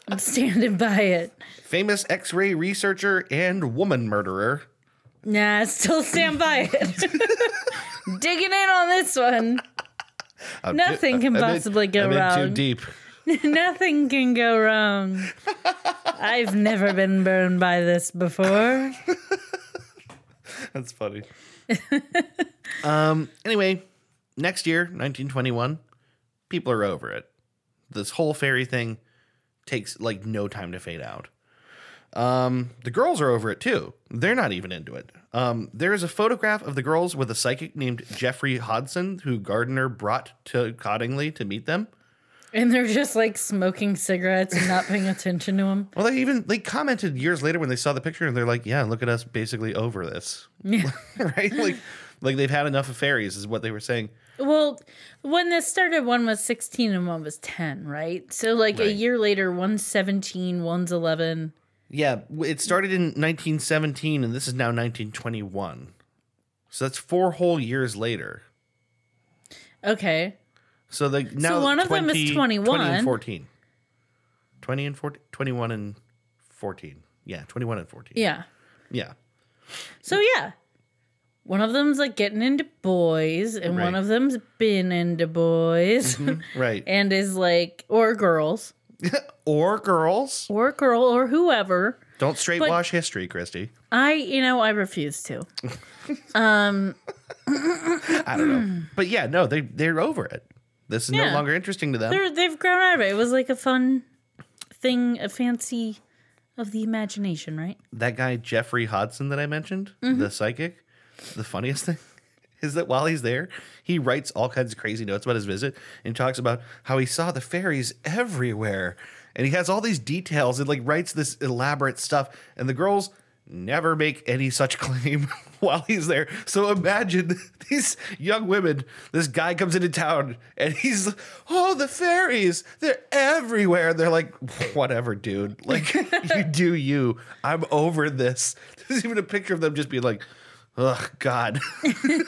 Speaker 3: I'm standing by it.
Speaker 1: Famous X-ray researcher and woman murderer.
Speaker 3: Nah, I still stand by it. Digging in on this one.
Speaker 1: I'm
Speaker 3: Nothing
Speaker 1: I'm
Speaker 3: can
Speaker 1: in-
Speaker 3: possibly go
Speaker 1: I'm in
Speaker 3: wrong.
Speaker 1: too deep.
Speaker 3: Nothing can go wrong. I've never been burned by this before.
Speaker 1: That's funny. um. Anyway, next year, 1921, people are over it. This whole fairy thing takes like no time to fade out. Um, the girls are over it too. They're not even into it. Um, there is a photograph of the girls with a psychic named Jeffrey Hodson, who Gardner brought to Cottingley to meet them.
Speaker 3: And they're just like smoking cigarettes and not paying attention to him.
Speaker 1: Well, they even they commented years later when they saw the picture, and they're like, "Yeah, look at us, basically over this,
Speaker 3: Yeah.
Speaker 1: right? Like, like they've had enough of fairies," is what they were saying.
Speaker 3: Well, when this started, one was 16 and one was 10, right? So, like a
Speaker 1: Right.
Speaker 3: year later, one's 17, one's 11.
Speaker 1: Yeah, w- it started in 1917 and this is now 1921. So that's four whole years later.
Speaker 3: Okay.
Speaker 1: So the now
Speaker 3: one of them is
Speaker 1: 20 and
Speaker 3: 21.
Speaker 1: 14. 20 and 14, 21 and 14. Yeah, 21 and 14.
Speaker 3: Yeah.
Speaker 1: Yeah.
Speaker 3: So, yeah. One of them's like getting into boys, and one
Speaker 1: Right. Mm-hmm.
Speaker 3: of them's been into boys
Speaker 1: Right.
Speaker 3: and is like, or girls,
Speaker 1: or girls.
Speaker 3: or a girl, or whoever.
Speaker 1: Don't straight wash history, Christy.
Speaker 3: I, you know, I refuse to.
Speaker 1: I don't know. but yeah, no, they they're over it. This is no
Speaker 3: Yeah.
Speaker 1: longer interesting to them.
Speaker 3: They're, they've grown out of it. It was like a fun thing, a fancy of the imagination, right?
Speaker 1: that guy Jeffrey Hodson that I mentioned,
Speaker 3: Mm-hmm.
Speaker 1: the psychic, the funniest thing is that while he's there, he writes all kinds of crazy notes about his visit and talks about how he saw the fairies everywhere. And he has all these details and like writes this elaborate stuff. And the girls never make any such claim while he's there. So imagine these young women. This guy comes into town and he's, oh, the fairies, they're everywhere. They're like, whatever, dude. Like, you do you. I'm over this. There's even a picture of them just being like, oh, God.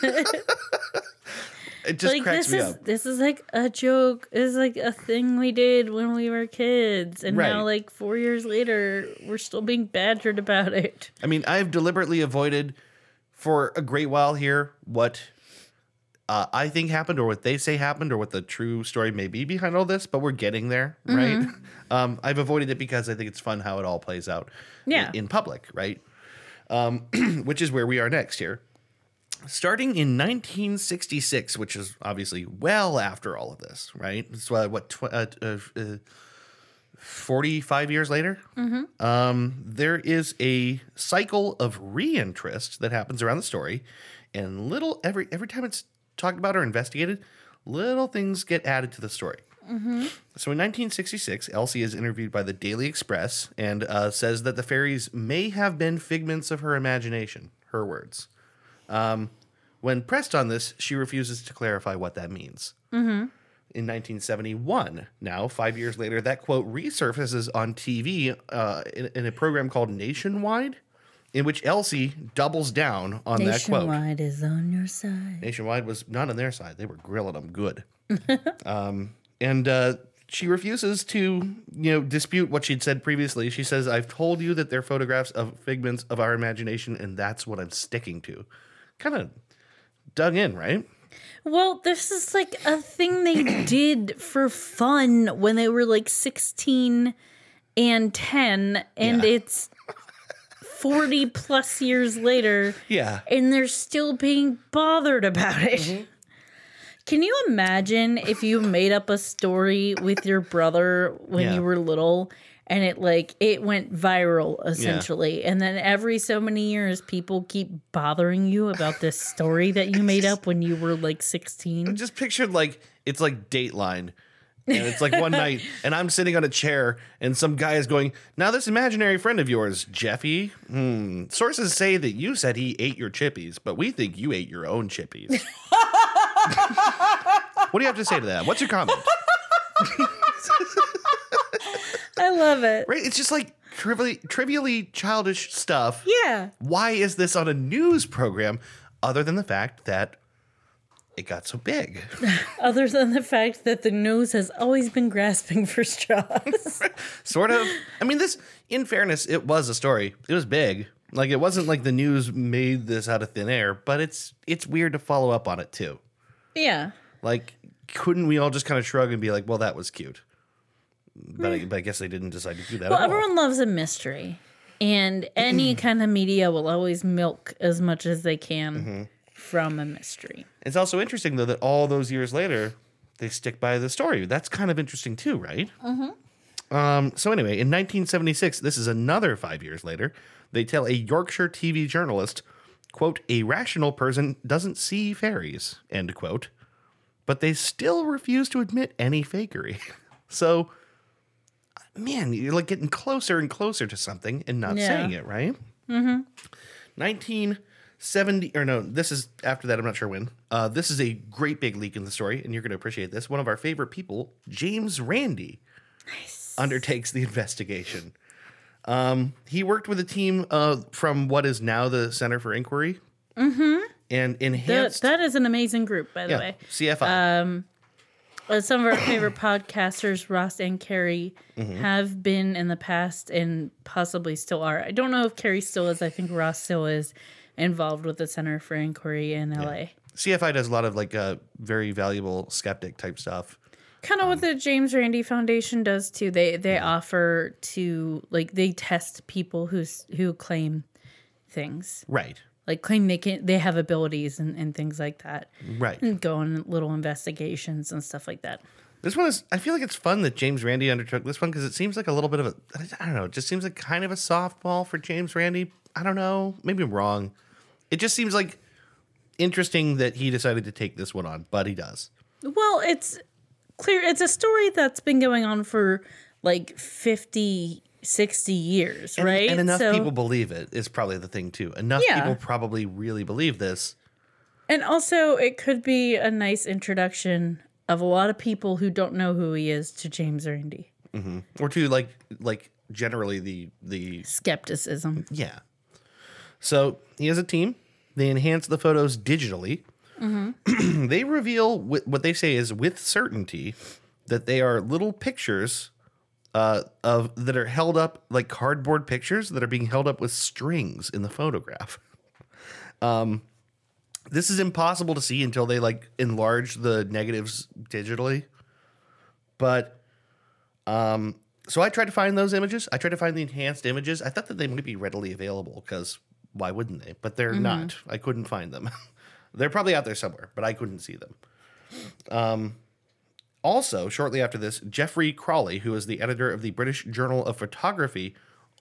Speaker 1: it just
Speaker 3: like
Speaker 1: cracks
Speaker 3: this
Speaker 1: me
Speaker 3: is
Speaker 1: up.
Speaker 3: this is like a joke. This is like a thing we did when we were kids, and
Speaker 1: Right.
Speaker 3: now like four years later, we're still being badgered about it.
Speaker 1: I mean, I've deliberately avoided for a great while here what uh, I think happened or what they say happened or what the true story may be behind all this, but we're getting there, right? Um, I've avoided it because I think it's fun how it all plays out i-
Speaker 3: Yeah.
Speaker 1: in public, right? Um, which is where we are next here. Starting in 1966, which is obviously well after all of this, right? It's uh, what, tw- uh, uh, uh, 45 years later? um, there is a cycle of reinterest that happens around the story, and little every every time it's talked about or investigated, little things get added to the story. So in 1966, Elsie is interviewed by the Daily Express and uh, says that the fairies may have been figments of her imagination. Her words. Um, when pressed on this, she refuses to clarify what that means. In 1971. Now, five years later, that quote resurfaces on TV uh, in, in a program called Nationwide, in which Elsie doubles down on that quote.
Speaker 3: Nationwide is on your side.
Speaker 1: Nationwide was not on their side. They were grilling them good. um, and uh, she refuses to, you know, dispute what she'd said previously. She says, "I've told you that they're photographs of figments of our imagination, and that's what I'm sticking to." Kind of dug in, right?
Speaker 3: Well, this is like a thing they did for fun when they were like 16 and 10, and
Speaker 1: Yeah.
Speaker 3: it's 40 plus years later,
Speaker 1: Yeah.
Speaker 3: and they're still being bothered about it. Can you imagine if you made up a story with your brother when
Speaker 1: Yeah.
Speaker 3: you were little? And it like it went viral essentially, and then every so many years, people keep bothering you about this story that you made up when you were like sixteen.
Speaker 1: Just pictured like it's like Dateline. And it's like one night, and I'm sitting on a chair, and some guy is going, Now, this imaginary friend of yours, Jeffy, hmm, sources say that you said he ate your chippies, but we think you ate your own chippies. what do you have to say to that? What's your comment?
Speaker 3: I love it.
Speaker 1: Right? It's just like trivially, trivially childish stuff.
Speaker 3: Yeah,
Speaker 1: Why is this on a news program other than the fact that it got so big?
Speaker 3: other than the fact that the news has always been grasping for straws.
Speaker 1: sort of. I mean, this, in fairness, it was a story. It was big. Like it wasn't like the news made this out of thin air, but it's it's weird to follow up on it too.
Speaker 3: yeah,
Speaker 1: Like, couldn't we all just kind of shrug and be like, "Well, that was cute," but, I, but I guess they didn't decide to do that.
Speaker 3: Hmm. Well,
Speaker 1: at all.
Speaker 3: everyone loves a mystery, and any kind of media will always milk as much as they can from a mystery.
Speaker 1: It's also interesting though that all those years later, they stick by the story. That's kind of interesting too, right? Mm-hmm. Um, so anyway, in 1976, this is another five years later. They tell a Yorkshire TV journalist, "quote A rational person doesn't see fairies," end quote. But they still refuse to admit any fakery. so, man, you're like getting closer and closer to something and not
Speaker 3: Yeah.
Speaker 1: saying it, right? Mm-hmm. 1970 or no this is after that i'm not sure when uh, this is a great big leak in the story and you're going to appreciate this one of our favorite people james randy undertakes the investigation um, he worked with a team uh, from what is now the center for inquiry mm-hmm. and
Speaker 3: That,
Speaker 1: enhanced
Speaker 3: that is an amazing group, by the
Speaker 1: yeah,
Speaker 3: way.
Speaker 1: cfi
Speaker 3: Uh, some of our favorite podcasters, Ross and Carrie, have been in the past and possibly still are. I don't know if Carrie still is. I think Ross still is involved with the Center for Inquiry in LA.
Speaker 1: cfi does a lot of like uh, very valuable skeptic type stuff
Speaker 3: kind of what the James Randi Foundation does too. They they offer to like they test people who's who claim things
Speaker 1: right
Speaker 3: like claim they can they have abilities and, and things like that
Speaker 1: right
Speaker 3: and go on little investigations and stuff like that
Speaker 1: This one is. I feel like it's fun that James Randy undertook this one because it seems like a little bit of a. I don't know. It just seems like kind of a softball for James Randy. I don't know. Maybe I'm wrong. It just seems like interesting that he decided to take this one on, but he does.
Speaker 3: well it's clear it's a story that's been going on for like 50 60 years,
Speaker 1: And-
Speaker 3: right?
Speaker 1: And enough
Speaker 3: So-
Speaker 1: people believe it is probably the thing too. Enough
Speaker 3: Yeah.
Speaker 1: people probably really believe this.
Speaker 3: And also, it could be a nice introduction of a lot of people who don't know who he is to James Randi.
Speaker 1: Or to like like generally the the
Speaker 3: Skepticism.
Speaker 1: Yeah. So he has a team. They enhance the photos digitally. they reveal wh- what they say is with certainty that they are little pictures uh, of that are held up like cardboard pictures that are being held up with strings in the photograph. Um, this is impossible to see until they like enlarge the negatives digitally. But so I tried to find those images. I tried to find the enhanced images. I thought that they might be readily available because why wouldn't they? But they're not. I couldn't find them. they're probably out there somewhere, but I couldn't see them. Um, also, shortly after this, Jeffrey Crawley, who is the editor of the British Journal of Photography,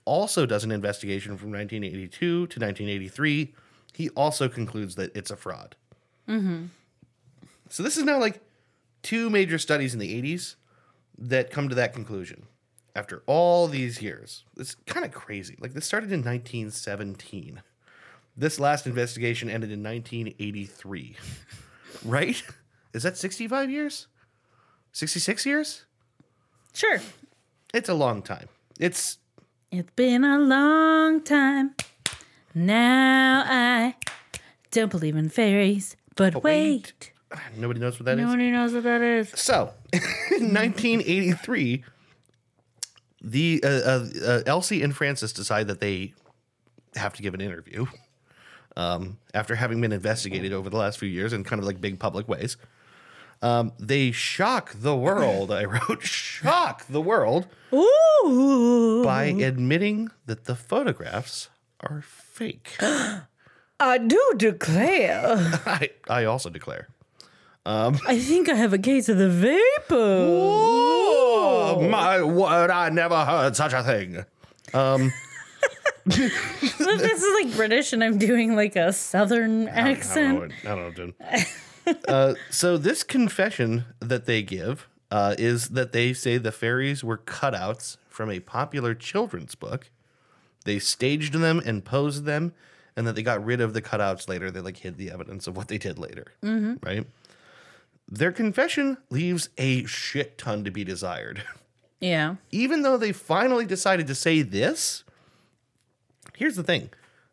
Speaker 1: also does an investigation from 1982 to 1983. He also concludes that it's a fraud. So this is now like two major studies in the 80s that come to that conclusion after all these years. It's kind of crazy. Like this started in 1917. This last investigation ended in 1983. right? Is that 65 years? 66 years?
Speaker 3: Sure.
Speaker 1: It's a long time. It's
Speaker 3: It's been a long time. Now I don't believe in fairies, but, wait.
Speaker 1: wait. ah, nobody knows what that is.
Speaker 3: Nobody knows what that is.
Speaker 1: So, in 1983, the uh, uh, uh, Elsie and Francis decide that they have to give an interview um, after having been investigated over the last few years in kind of like big public ways. Um, they shock the world. I wrote shock the world
Speaker 3: Ooh.
Speaker 1: by admitting that the photographs are fake.
Speaker 3: I do declare.
Speaker 1: I, I also declare.
Speaker 3: I think I have a case of the vapor.
Speaker 1: Oh my word! I never heard such a thing.
Speaker 3: this is like British, and I'm doing like a southern accent.
Speaker 1: I don't know, dude. uh, so this confession that they give uh, is that they say the fairies were cutouts from a popular children's book. They staged them and posed them, and that they got rid of the cutouts later. They like hid the evidence of what they did later, right? Their confession leaves a shit ton to be desired.
Speaker 3: Yeah.
Speaker 1: Even though they finally decided to say this, here's the thing: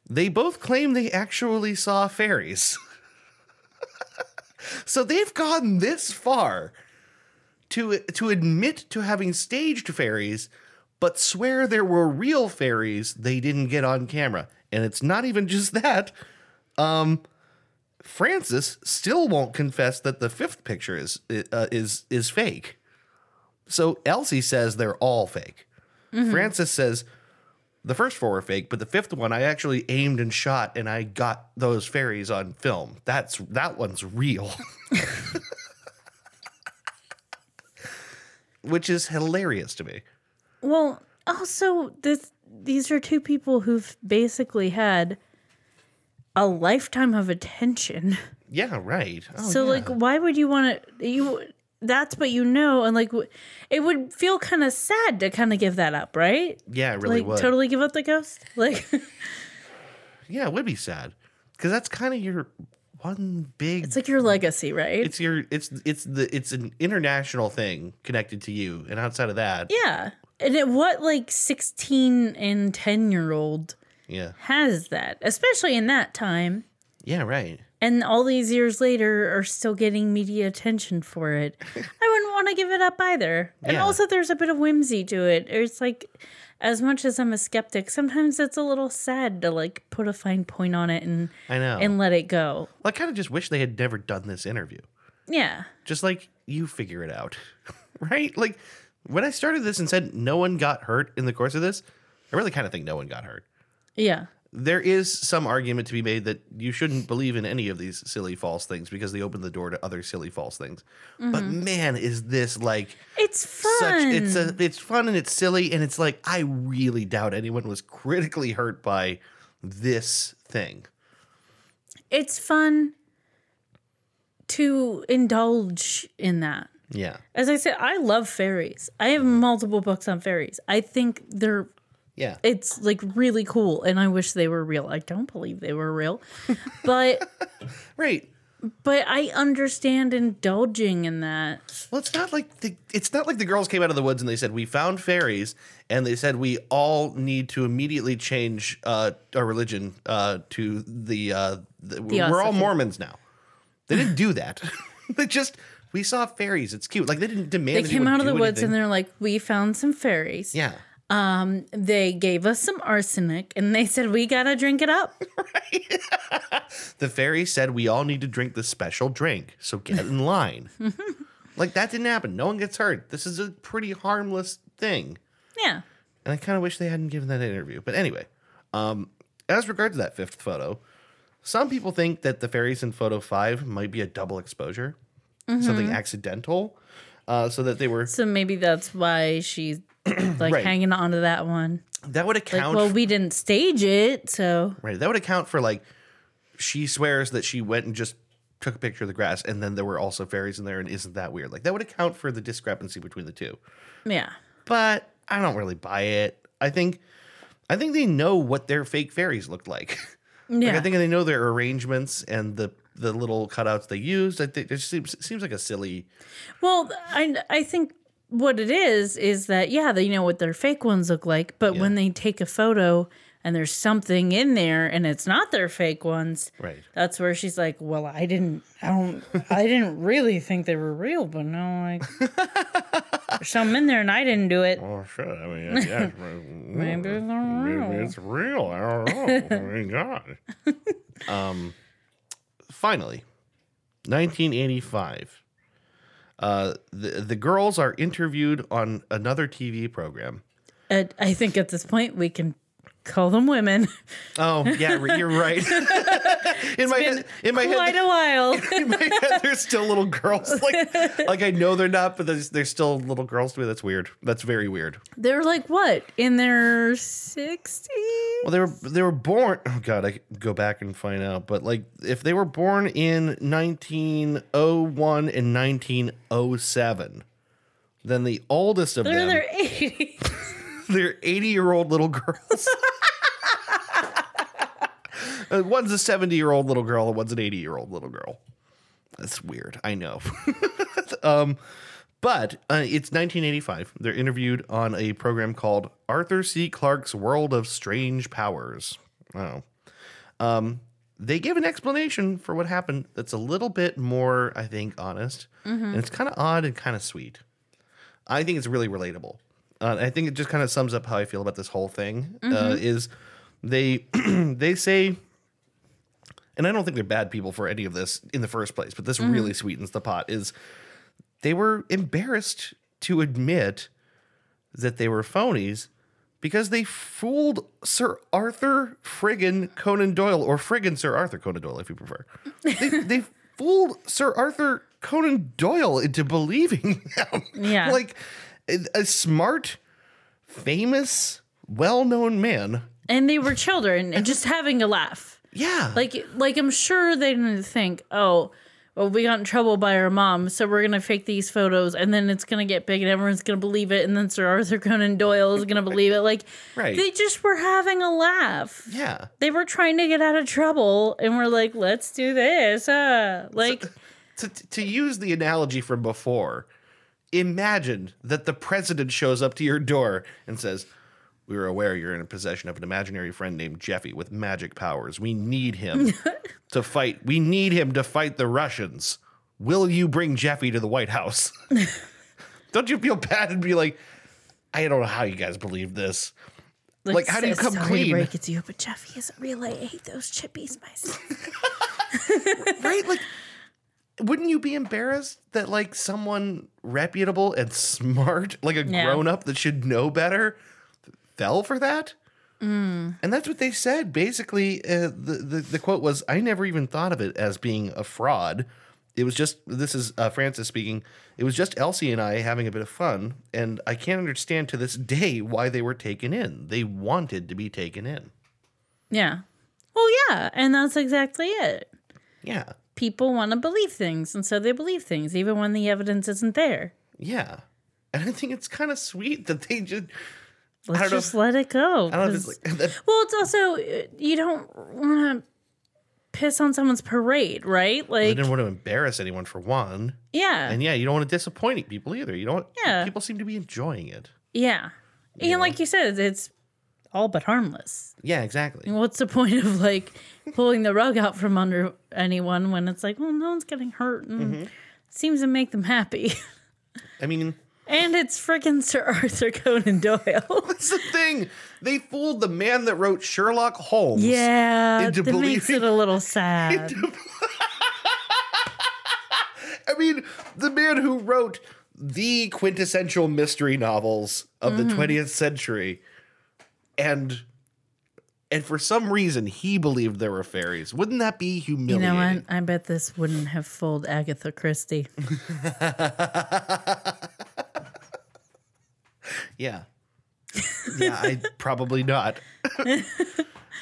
Speaker 1: they both claim they actually saw fairies. So they've gone this far to to admit to having staged fairies, but swear there were real fairies they didn't get on camera. And it's not even just that. Um, Francis still won't confess that the fifth picture is uh, is is fake. So Elsie says they're all fake.
Speaker 3: Mm-hmm.
Speaker 1: Francis says the first four are fake, but the fifth one I actually aimed and shot, and I got those fairies on film. That's that one's real, which is hilarious to me.
Speaker 3: Well, also this these are two people who've basically had a lifetime of attention.
Speaker 1: Yeah, right. Oh,
Speaker 3: so like why would you want to you that's what you know and like w- it would feel kind of sad to kind of give that up, right?
Speaker 1: yeah, it really
Speaker 3: like
Speaker 1: would.
Speaker 3: totally give up the ghost? Like
Speaker 1: Yeah, it would be sad because that's kind of your one big.
Speaker 3: it's like your legacy, right?
Speaker 1: it's your it's it's the it's an international thing connected to you, and outside of that,
Speaker 3: yeah. And it, what like 16 and 10 year old
Speaker 1: yeah,
Speaker 3: has that, especially in that time.
Speaker 1: yeah, right.
Speaker 3: and all these years later are still getting media attention for it. I wouldn't want to give it up either. And
Speaker 1: Yeah.
Speaker 3: also, there's a bit of whimsy to it. It's like, as much as I'm a skeptic, sometimes it's a little sad to like put a fine point on it and
Speaker 1: I know.
Speaker 3: and let it go.
Speaker 1: I kind of just wish they had never done this interview.
Speaker 3: Yeah,
Speaker 1: Just like you figure it out, right? Like when I started this and said no one got hurt in the course of this, I really kind of think no one got hurt.
Speaker 3: yeah,
Speaker 1: There is some argument to be made that you shouldn't believe in any of these silly false things because they open the door to other silly false things. But man, is this like
Speaker 3: it's fun.
Speaker 1: such it's a it's fun and it's silly and it's like I really doubt anyone was critically hurt by this thing.
Speaker 3: it's fun to indulge in that.
Speaker 1: Yeah.
Speaker 3: As I said, I love fairies. I have multiple books on fairies. I think they're
Speaker 1: Yeah.
Speaker 3: it's like really cool and I wish they were real. I don't believe they were real. But
Speaker 1: right.
Speaker 3: but I understand indulging in that.
Speaker 1: Well, it's not like the it's not like the girls came out of the woods and they said we found fairies and they said we all need to immediately change uh, our religion uh, to the, uh, the we're all
Speaker 3: Theosophy.
Speaker 1: Mormons now. They didn't do that. they just we saw fairies. It's cute. Like they didn't demand.
Speaker 3: They came out of the woods and they're like, "We found some fairies."
Speaker 1: yeah,
Speaker 3: They gave us some arsenic and they said, "We got to drink it up."
Speaker 1: the fairy said we all need to drink this special drink, so get in line. like that didn't happen. No one gets hurt. This is a pretty harmless thing.
Speaker 3: yeah.
Speaker 1: And I kind of wish they hadn't given that interview. But anyway, um, as regards to that fifth photo, some people think that the fairies in photo five might be a double exposure,
Speaker 3: Mm-hmm.
Speaker 1: something accidental, uh, so that they were.
Speaker 3: So maybe that's why she's like
Speaker 1: Right.
Speaker 3: hanging on to that one.
Speaker 1: That would
Speaker 3: Like,
Speaker 1: account.
Speaker 3: well,
Speaker 1: f-
Speaker 3: we didn't stage it, so
Speaker 1: right. That would account for like she swears that she went and just took a picture of the grass, and then there were also fairies in there, and isn't that weird? Like that would account for the discrepancy between the two.
Speaker 3: yeah.
Speaker 1: But I don't really buy it. I think, I think they know what their fake fairies looked like.
Speaker 3: Yeah.
Speaker 1: Like, I think they know their arrangements and the the little cutouts they used. I think it just seems it seems like a silly.
Speaker 3: Well, I I think what it is is that yeah, they know what their fake ones look like, but when they take a photo and there's something in there and it's not their fake ones,
Speaker 1: Right.
Speaker 3: that's where she's like, "Well, I didn't I don't I didn't really think they were real, but no, like there's something in there and I didn't do it."
Speaker 1: Oh shit! I mean, yeah,
Speaker 3: Maybe they're real.
Speaker 1: real. I don't know. my God. Um. Finally, 1985. Uh, the the girls are interviewed on another TV program.
Speaker 3: Uh, I think at this point we can call them women.
Speaker 1: Oh yeah, you're right. in my head, in my head,
Speaker 3: Quite a while.
Speaker 1: in my head, they're still little girls. Like, like I know they're not, but they're, they're still little girls to me. That's weird. That's very weird.
Speaker 3: They're like what in their 60s?
Speaker 1: Well, they were they were born. Oh God, I could go back and find out. But like, if they were born in 1901 and 1907, then the oldest of
Speaker 3: They're
Speaker 1: them,
Speaker 3: in their 80s.
Speaker 1: they're 80 year old little girls. Uh, one's a 70 year old little girl and one's an 80 year old little girl. That's weird. I know. um, but uh, it's 1985. They're interviewed on a program called Arthur C. Clarke's World of Strange Powers. Wow. Um, they give an explanation for what happened that's a little bit more, I think, honest. And it's kind of odd and kind of sweet. I think it's really relatable. Uh, I think it just kind of sums up how I feel about this whole thing. Uh, is they they say, and I don't think they're bad people for any of this in the first place, but this really sweetens the pot. Is they were embarrassed to admit that they were phonies because they fooled Sir Arthur friggin Conan Doyle or friggin Sir Arthur Conan Doyle if you prefer. They, they fooled Sir Arthur Conan Doyle into believing them.
Speaker 3: Yeah.
Speaker 1: like a, a smart, famous, well-known man.
Speaker 3: and they were children and just having a laugh.
Speaker 1: Yeah.
Speaker 3: Like like I'm sure they didn't think, oh, well, we got in trouble by our mom, so we're gonna fake these photos, and then it's gonna get big, and everyone's gonna believe it, and then Sir Arthur Conan Doyle is gonna believe it. Like,
Speaker 1: Right.
Speaker 3: they just were having a laugh.
Speaker 1: yeah.
Speaker 3: They were trying to get out of trouble, and we're like, let's do this. Uh. Like,
Speaker 1: to, to use the analogy from before, imagine that the president shows up to your door and says, We are aware you're in possession of an imaginary friend named Jeffy with magic powers. We need him to fight. We need him to fight the Russians. Will you bring Jeffy to the White House? Don't you feel bad and be like, I don't know how you guys believe this. Like, how do you
Speaker 3: so-
Speaker 1: come
Speaker 3: sorry
Speaker 1: clean?
Speaker 3: To break it to you, but Jeff,
Speaker 2: Jeffy isn't real. I ate those chippies myself.
Speaker 1: right? Like, wouldn't you be embarrassed that like someone reputable and smart, like a
Speaker 3: Yeah.
Speaker 1: grown up that should know better, fell for that? And that's what they said. Basically, uh, the, the the quote was, "I never even thought of it as being a fraud. It was just this is uh, Francis speaking. It was just Elsie and I having a bit of fun, and I can't understand to this day why they were taken in. They wanted to be taken in.
Speaker 3: yeah. Well, yeah, and that's exactly it.
Speaker 1: Yeah,
Speaker 3: people want to believe things, and so they believe things, even when the evidence isn't there.
Speaker 1: Yeah. And I think it's kind of sweet that they just,
Speaker 3: Let's
Speaker 1: don't know
Speaker 3: just let it go.
Speaker 1: I don't know if
Speaker 3: 'cause-
Speaker 1: it's like, that-
Speaker 3: Well, it's also uh, you don't want to piss on someone's parade, right?
Speaker 1: they
Speaker 3: Like,
Speaker 1: didn't want to embarrass anyone for one.
Speaker 3: yeah,
Speaker 1: And yeah, you don't want to disappoint people either. You don't,
Speaker 3: Yeah.
Speaker 1: people seem to be enjoying it.
Speaker 3: yeah, and like you said, it's all but harmless.
Speaker 1: Yeah, exactly.
Speaker 3: What's the point of like pulling the rug out from under anyone when it's like, well, no one's getting hurt and
Speaker 1: Mm-hmm.
Speaker 3: seems to make them happy.
Speaker 1: I mean,
Speaker 3: and it's freaking Sir Arthur Conan Doyle.
Speaker 1: that's the thing. They fooled the man that wrote Sherlock Holmes.
Speaker 3: yeah,
Speaker 1: Into
Speaker 3: that makes
Speaker 1: believing-
Speaker 3: it a little sad.
Speaker 1: I mean, the man who wrote the quintessential mystery novels of
Speaker 3: Mm-hmm.
Speaker 1: the 20th century and and for some reason he believed there were fairies. Wouldn't that be
Speaker 3: you
Speaker 1: humiliating?
Speaker 3: know what? I bet this wouldn't have fooled Agatha Christie.
Speaker 1: Yeah. Yeah, I probably not.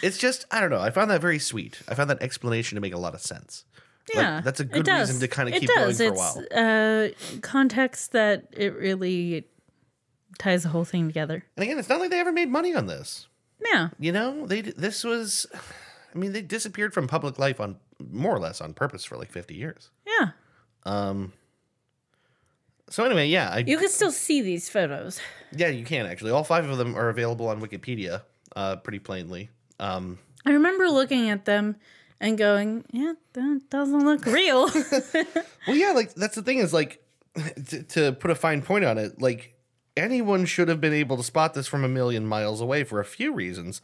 Speaker 1: it's just I don't know. I found that very sweet. I found that explanation to make a lot of sense. Like,
Speaker 3: Yeah,
Speaker 1: that's a
Speaker 3: it
Speaker 1: good
Speaker 3: does.
Speaker 1: reason to kind of
Speaker 3: It
Speaker 1: keep
Speaker 3: does.
Speaker 1: going for
Speaker 3: it's,
Speaker 1: a while.
Speaker 3: Uh, context that it really ties the whole thing together.
Speaker 1: And again, it's not like they ever made money on this.
Speaker 3: Yeah,
Speaker 1: you know they this was i mean they disappeared from public life on more or less on purpose for like 50 years
Speaker 3: yeah.
Speaker 1: so anyway yeah I,
Speaker 3: You can still see these photos.
Speaker 1: yeah you can actually all five of them are available on wikipedia uh, pretty plainly um,
Speaker 3: I remember looking at them and going, "Yeah, that doesn't look real."
Speaker 1: well yeah like that's the thing is like to, to put a fine point on it like anyone should have been able to spot this from a million miles away for a few reasons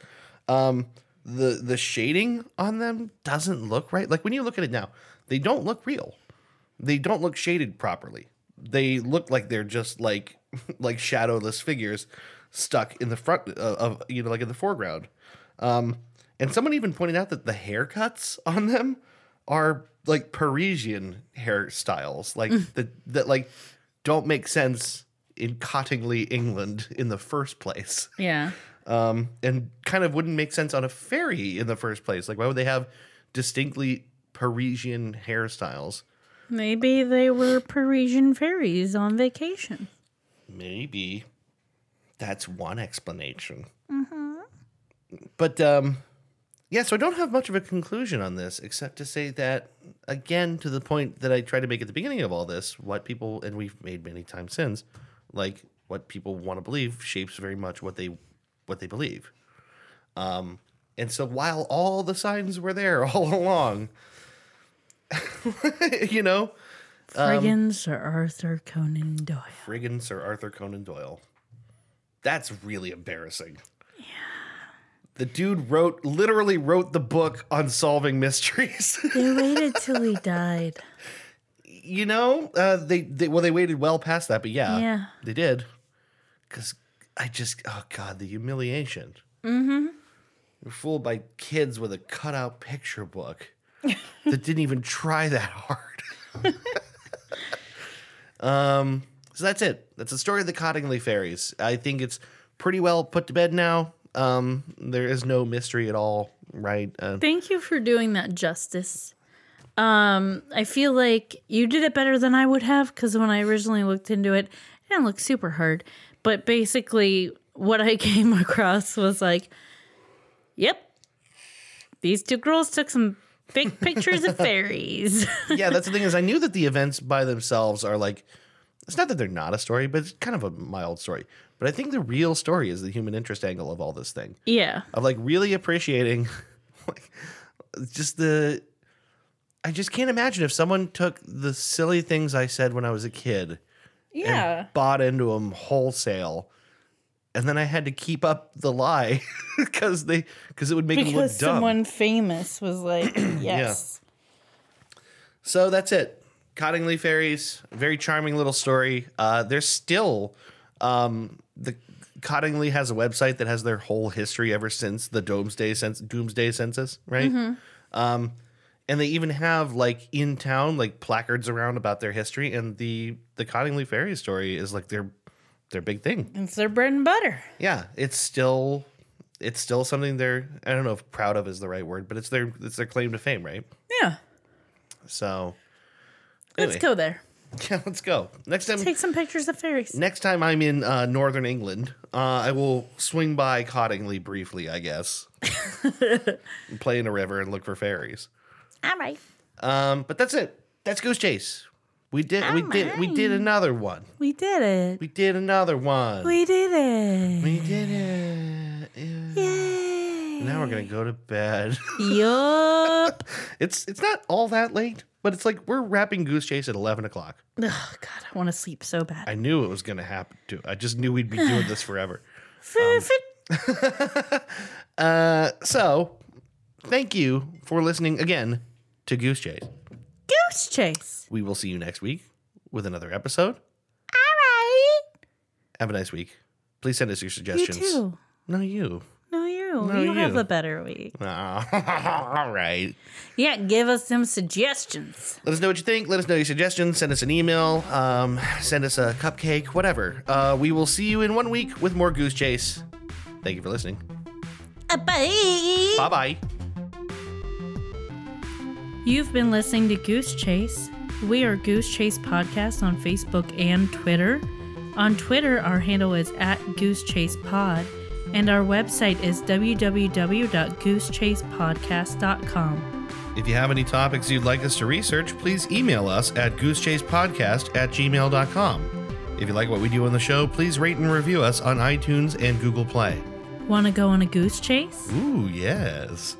Speaker 1: um, the the shading on them doesn't look right like when you look at it now they don't look real they don't look shaded properly. They look like they're just like like shadowless figures stuck in the front uh, of you know like in the foreground. Um, and someone even pointed out that the haircuts on them are like Parisian hairstyles, like that that like don't make sense in Cottingley, England, in the first place
Speaker 3: yeah,
Speaker 1: um, and kind of wouldn't make sense on a ferry in the first place. Like, why would they have distinctly Parisian hairstyles?
Speaker 3: maybe they were Parisian fairies on vacation.
Speaker 1: Maybe that's one explanation. But um, yeah, so I don't have much of a conclusion on this except to say that, again, to the point that I tried to make at the beginning of all this, what people, and we've made many times since, like what people want to believe shapes very much what they what they believe. Um, and so while all the signs were there all along, you know,
Speaker 3: Friggin' Sir Arthur Conan Doyle.
Speaker 1: friggin' Sir Arthur Conan Doyle. That's really embarrassing. The dude wrote literally wrote the book on solving mysteries.
Speaker 3: They waited till he died.
Speaker 1: you know, uh, they, they well they waited well past that, but yeah,
Speaker 3: Yeah.
Speaker 1: they did. Cause I just oh god, the humiliation. Mm-hmm. You're fooled by kids with a cutout picture book that didn't even try that hard. um, so that's it. That's the story of the Cottingley fairies. I think it's pretty well put to bed now. Um, there is no mystery at all, right? Uh,
Speaker 3: Thank you for doing that justice. Um, I feel like you did it better than I would have because when I originally looked into it, it didn't look super hard. But basically, what I came across was like, yep, these two girls took some big pictures of fairies.
Speaker 1: yeah, that's the thing is I knew that the events by themselves are like it's not that they're not a story, but it's kind of a mild story. But I think the real story is the human interest angle of all this thing.
Speaker 3: yeah.
Speaker 1: Of like really appreciating like just the I just can't imagine if someone took the silly things I said when I was a kid
Speaker 3: Yeah.
Speaker 1: and bought into them wholesale. And then I had to keep up the lie because they because it would make them look dumb.
Speaker 3: Because someone famous was like, yes.
Speaker 1: So that's it. Cottingley Fairies, very charming little story. Uh, there's still um, the Cottingley has a website that has their whole history ever since the Doomsday cens- Doomsday Census, right? Um, and they even have like in town like placards around about their history, and the the Cottingley Fairy story is like their their big thing.
Speaker 3: It's their bread and butter.
Speaker 1: Yeah, it's still it's still something they're I don't know if proud of is the right word, but it's their it's their claim to fame, right?
Speaker 3: Yeah.
Speaker 1: So
Speaker 3: Let's
Speaker 1: Anyway.
Speaker 3: go there.
Speaker 1: yeah, let's go. Next time,
Speaker 2: Take some pictures of fairies.
Speaker 1: next time I'm in uh, northern England, uh, I will swing by Cottingley briefly, I guess. And Play in a river and look for fairies.
Speaker 2: All right.
Speaker 1: Um, but that's it. That's Goose Chase. We did. we did. We did another one.
Speaker 3: We did it.
Speaker 1: We did another one.
Speaker 3: We did it.
Speaker 1: We did it. Yeah. Now we're gonna go to bed.
Speaker 3: yup.
Speaker 1: it's it's not all that late, but it's like we're wrapping Goose Chase at eleven o'clock.
Speaker 3: Oh God, I want to sleep so bad.
Speaker 1: I knew it was gonna happen too. I just knew we'd be doing this forever. um, Uh, so thank you for listening again to Goose Chase.
Speaker 3: Goose chase.
Speaker 1: We will see you next week with another episode.
Speaker 3: All right.
Speaker 1: Have a nice week. Please send us your
Speaker 3: You
Speaker 1: suggestions.
Speaker 3: too.
Speaker 1: No, you.
Speaker 3: No, you.
Speaker 1: No,
Speaker 3: you have
Speaker 1: you.
Speaker 3: a better week.
Speaker 1: Ah, all right.
Speaker 3: Yeah, give us some suggestions.
Speaker 1: Let us know what you think. Let us know your suggestions. Send us an email. Um, send us a cupcake. Whatever. Uh, we will see you in one week with more Goose Chase. Thank you for listening.
Speaker 3: Uh, Bye.
Speaker 1: Bye bye.
Speaker 3: You've been listening to Goose Chase. We are Goose Chase Podcast on Facebook and Twitter. On Twitter, our handle is at Goose Chase Pod, and our website is www.goosechasepodcast.com.
Speaker 1: If you have any topics you'd like us to research, please email us at goosechasepodcast at gmail.com. If you like what we do on the show, please rate and review us on iTunes and Google Play.
Speaker 3: Want to go on a goose chase?
Speaker 1: Ooh, yes.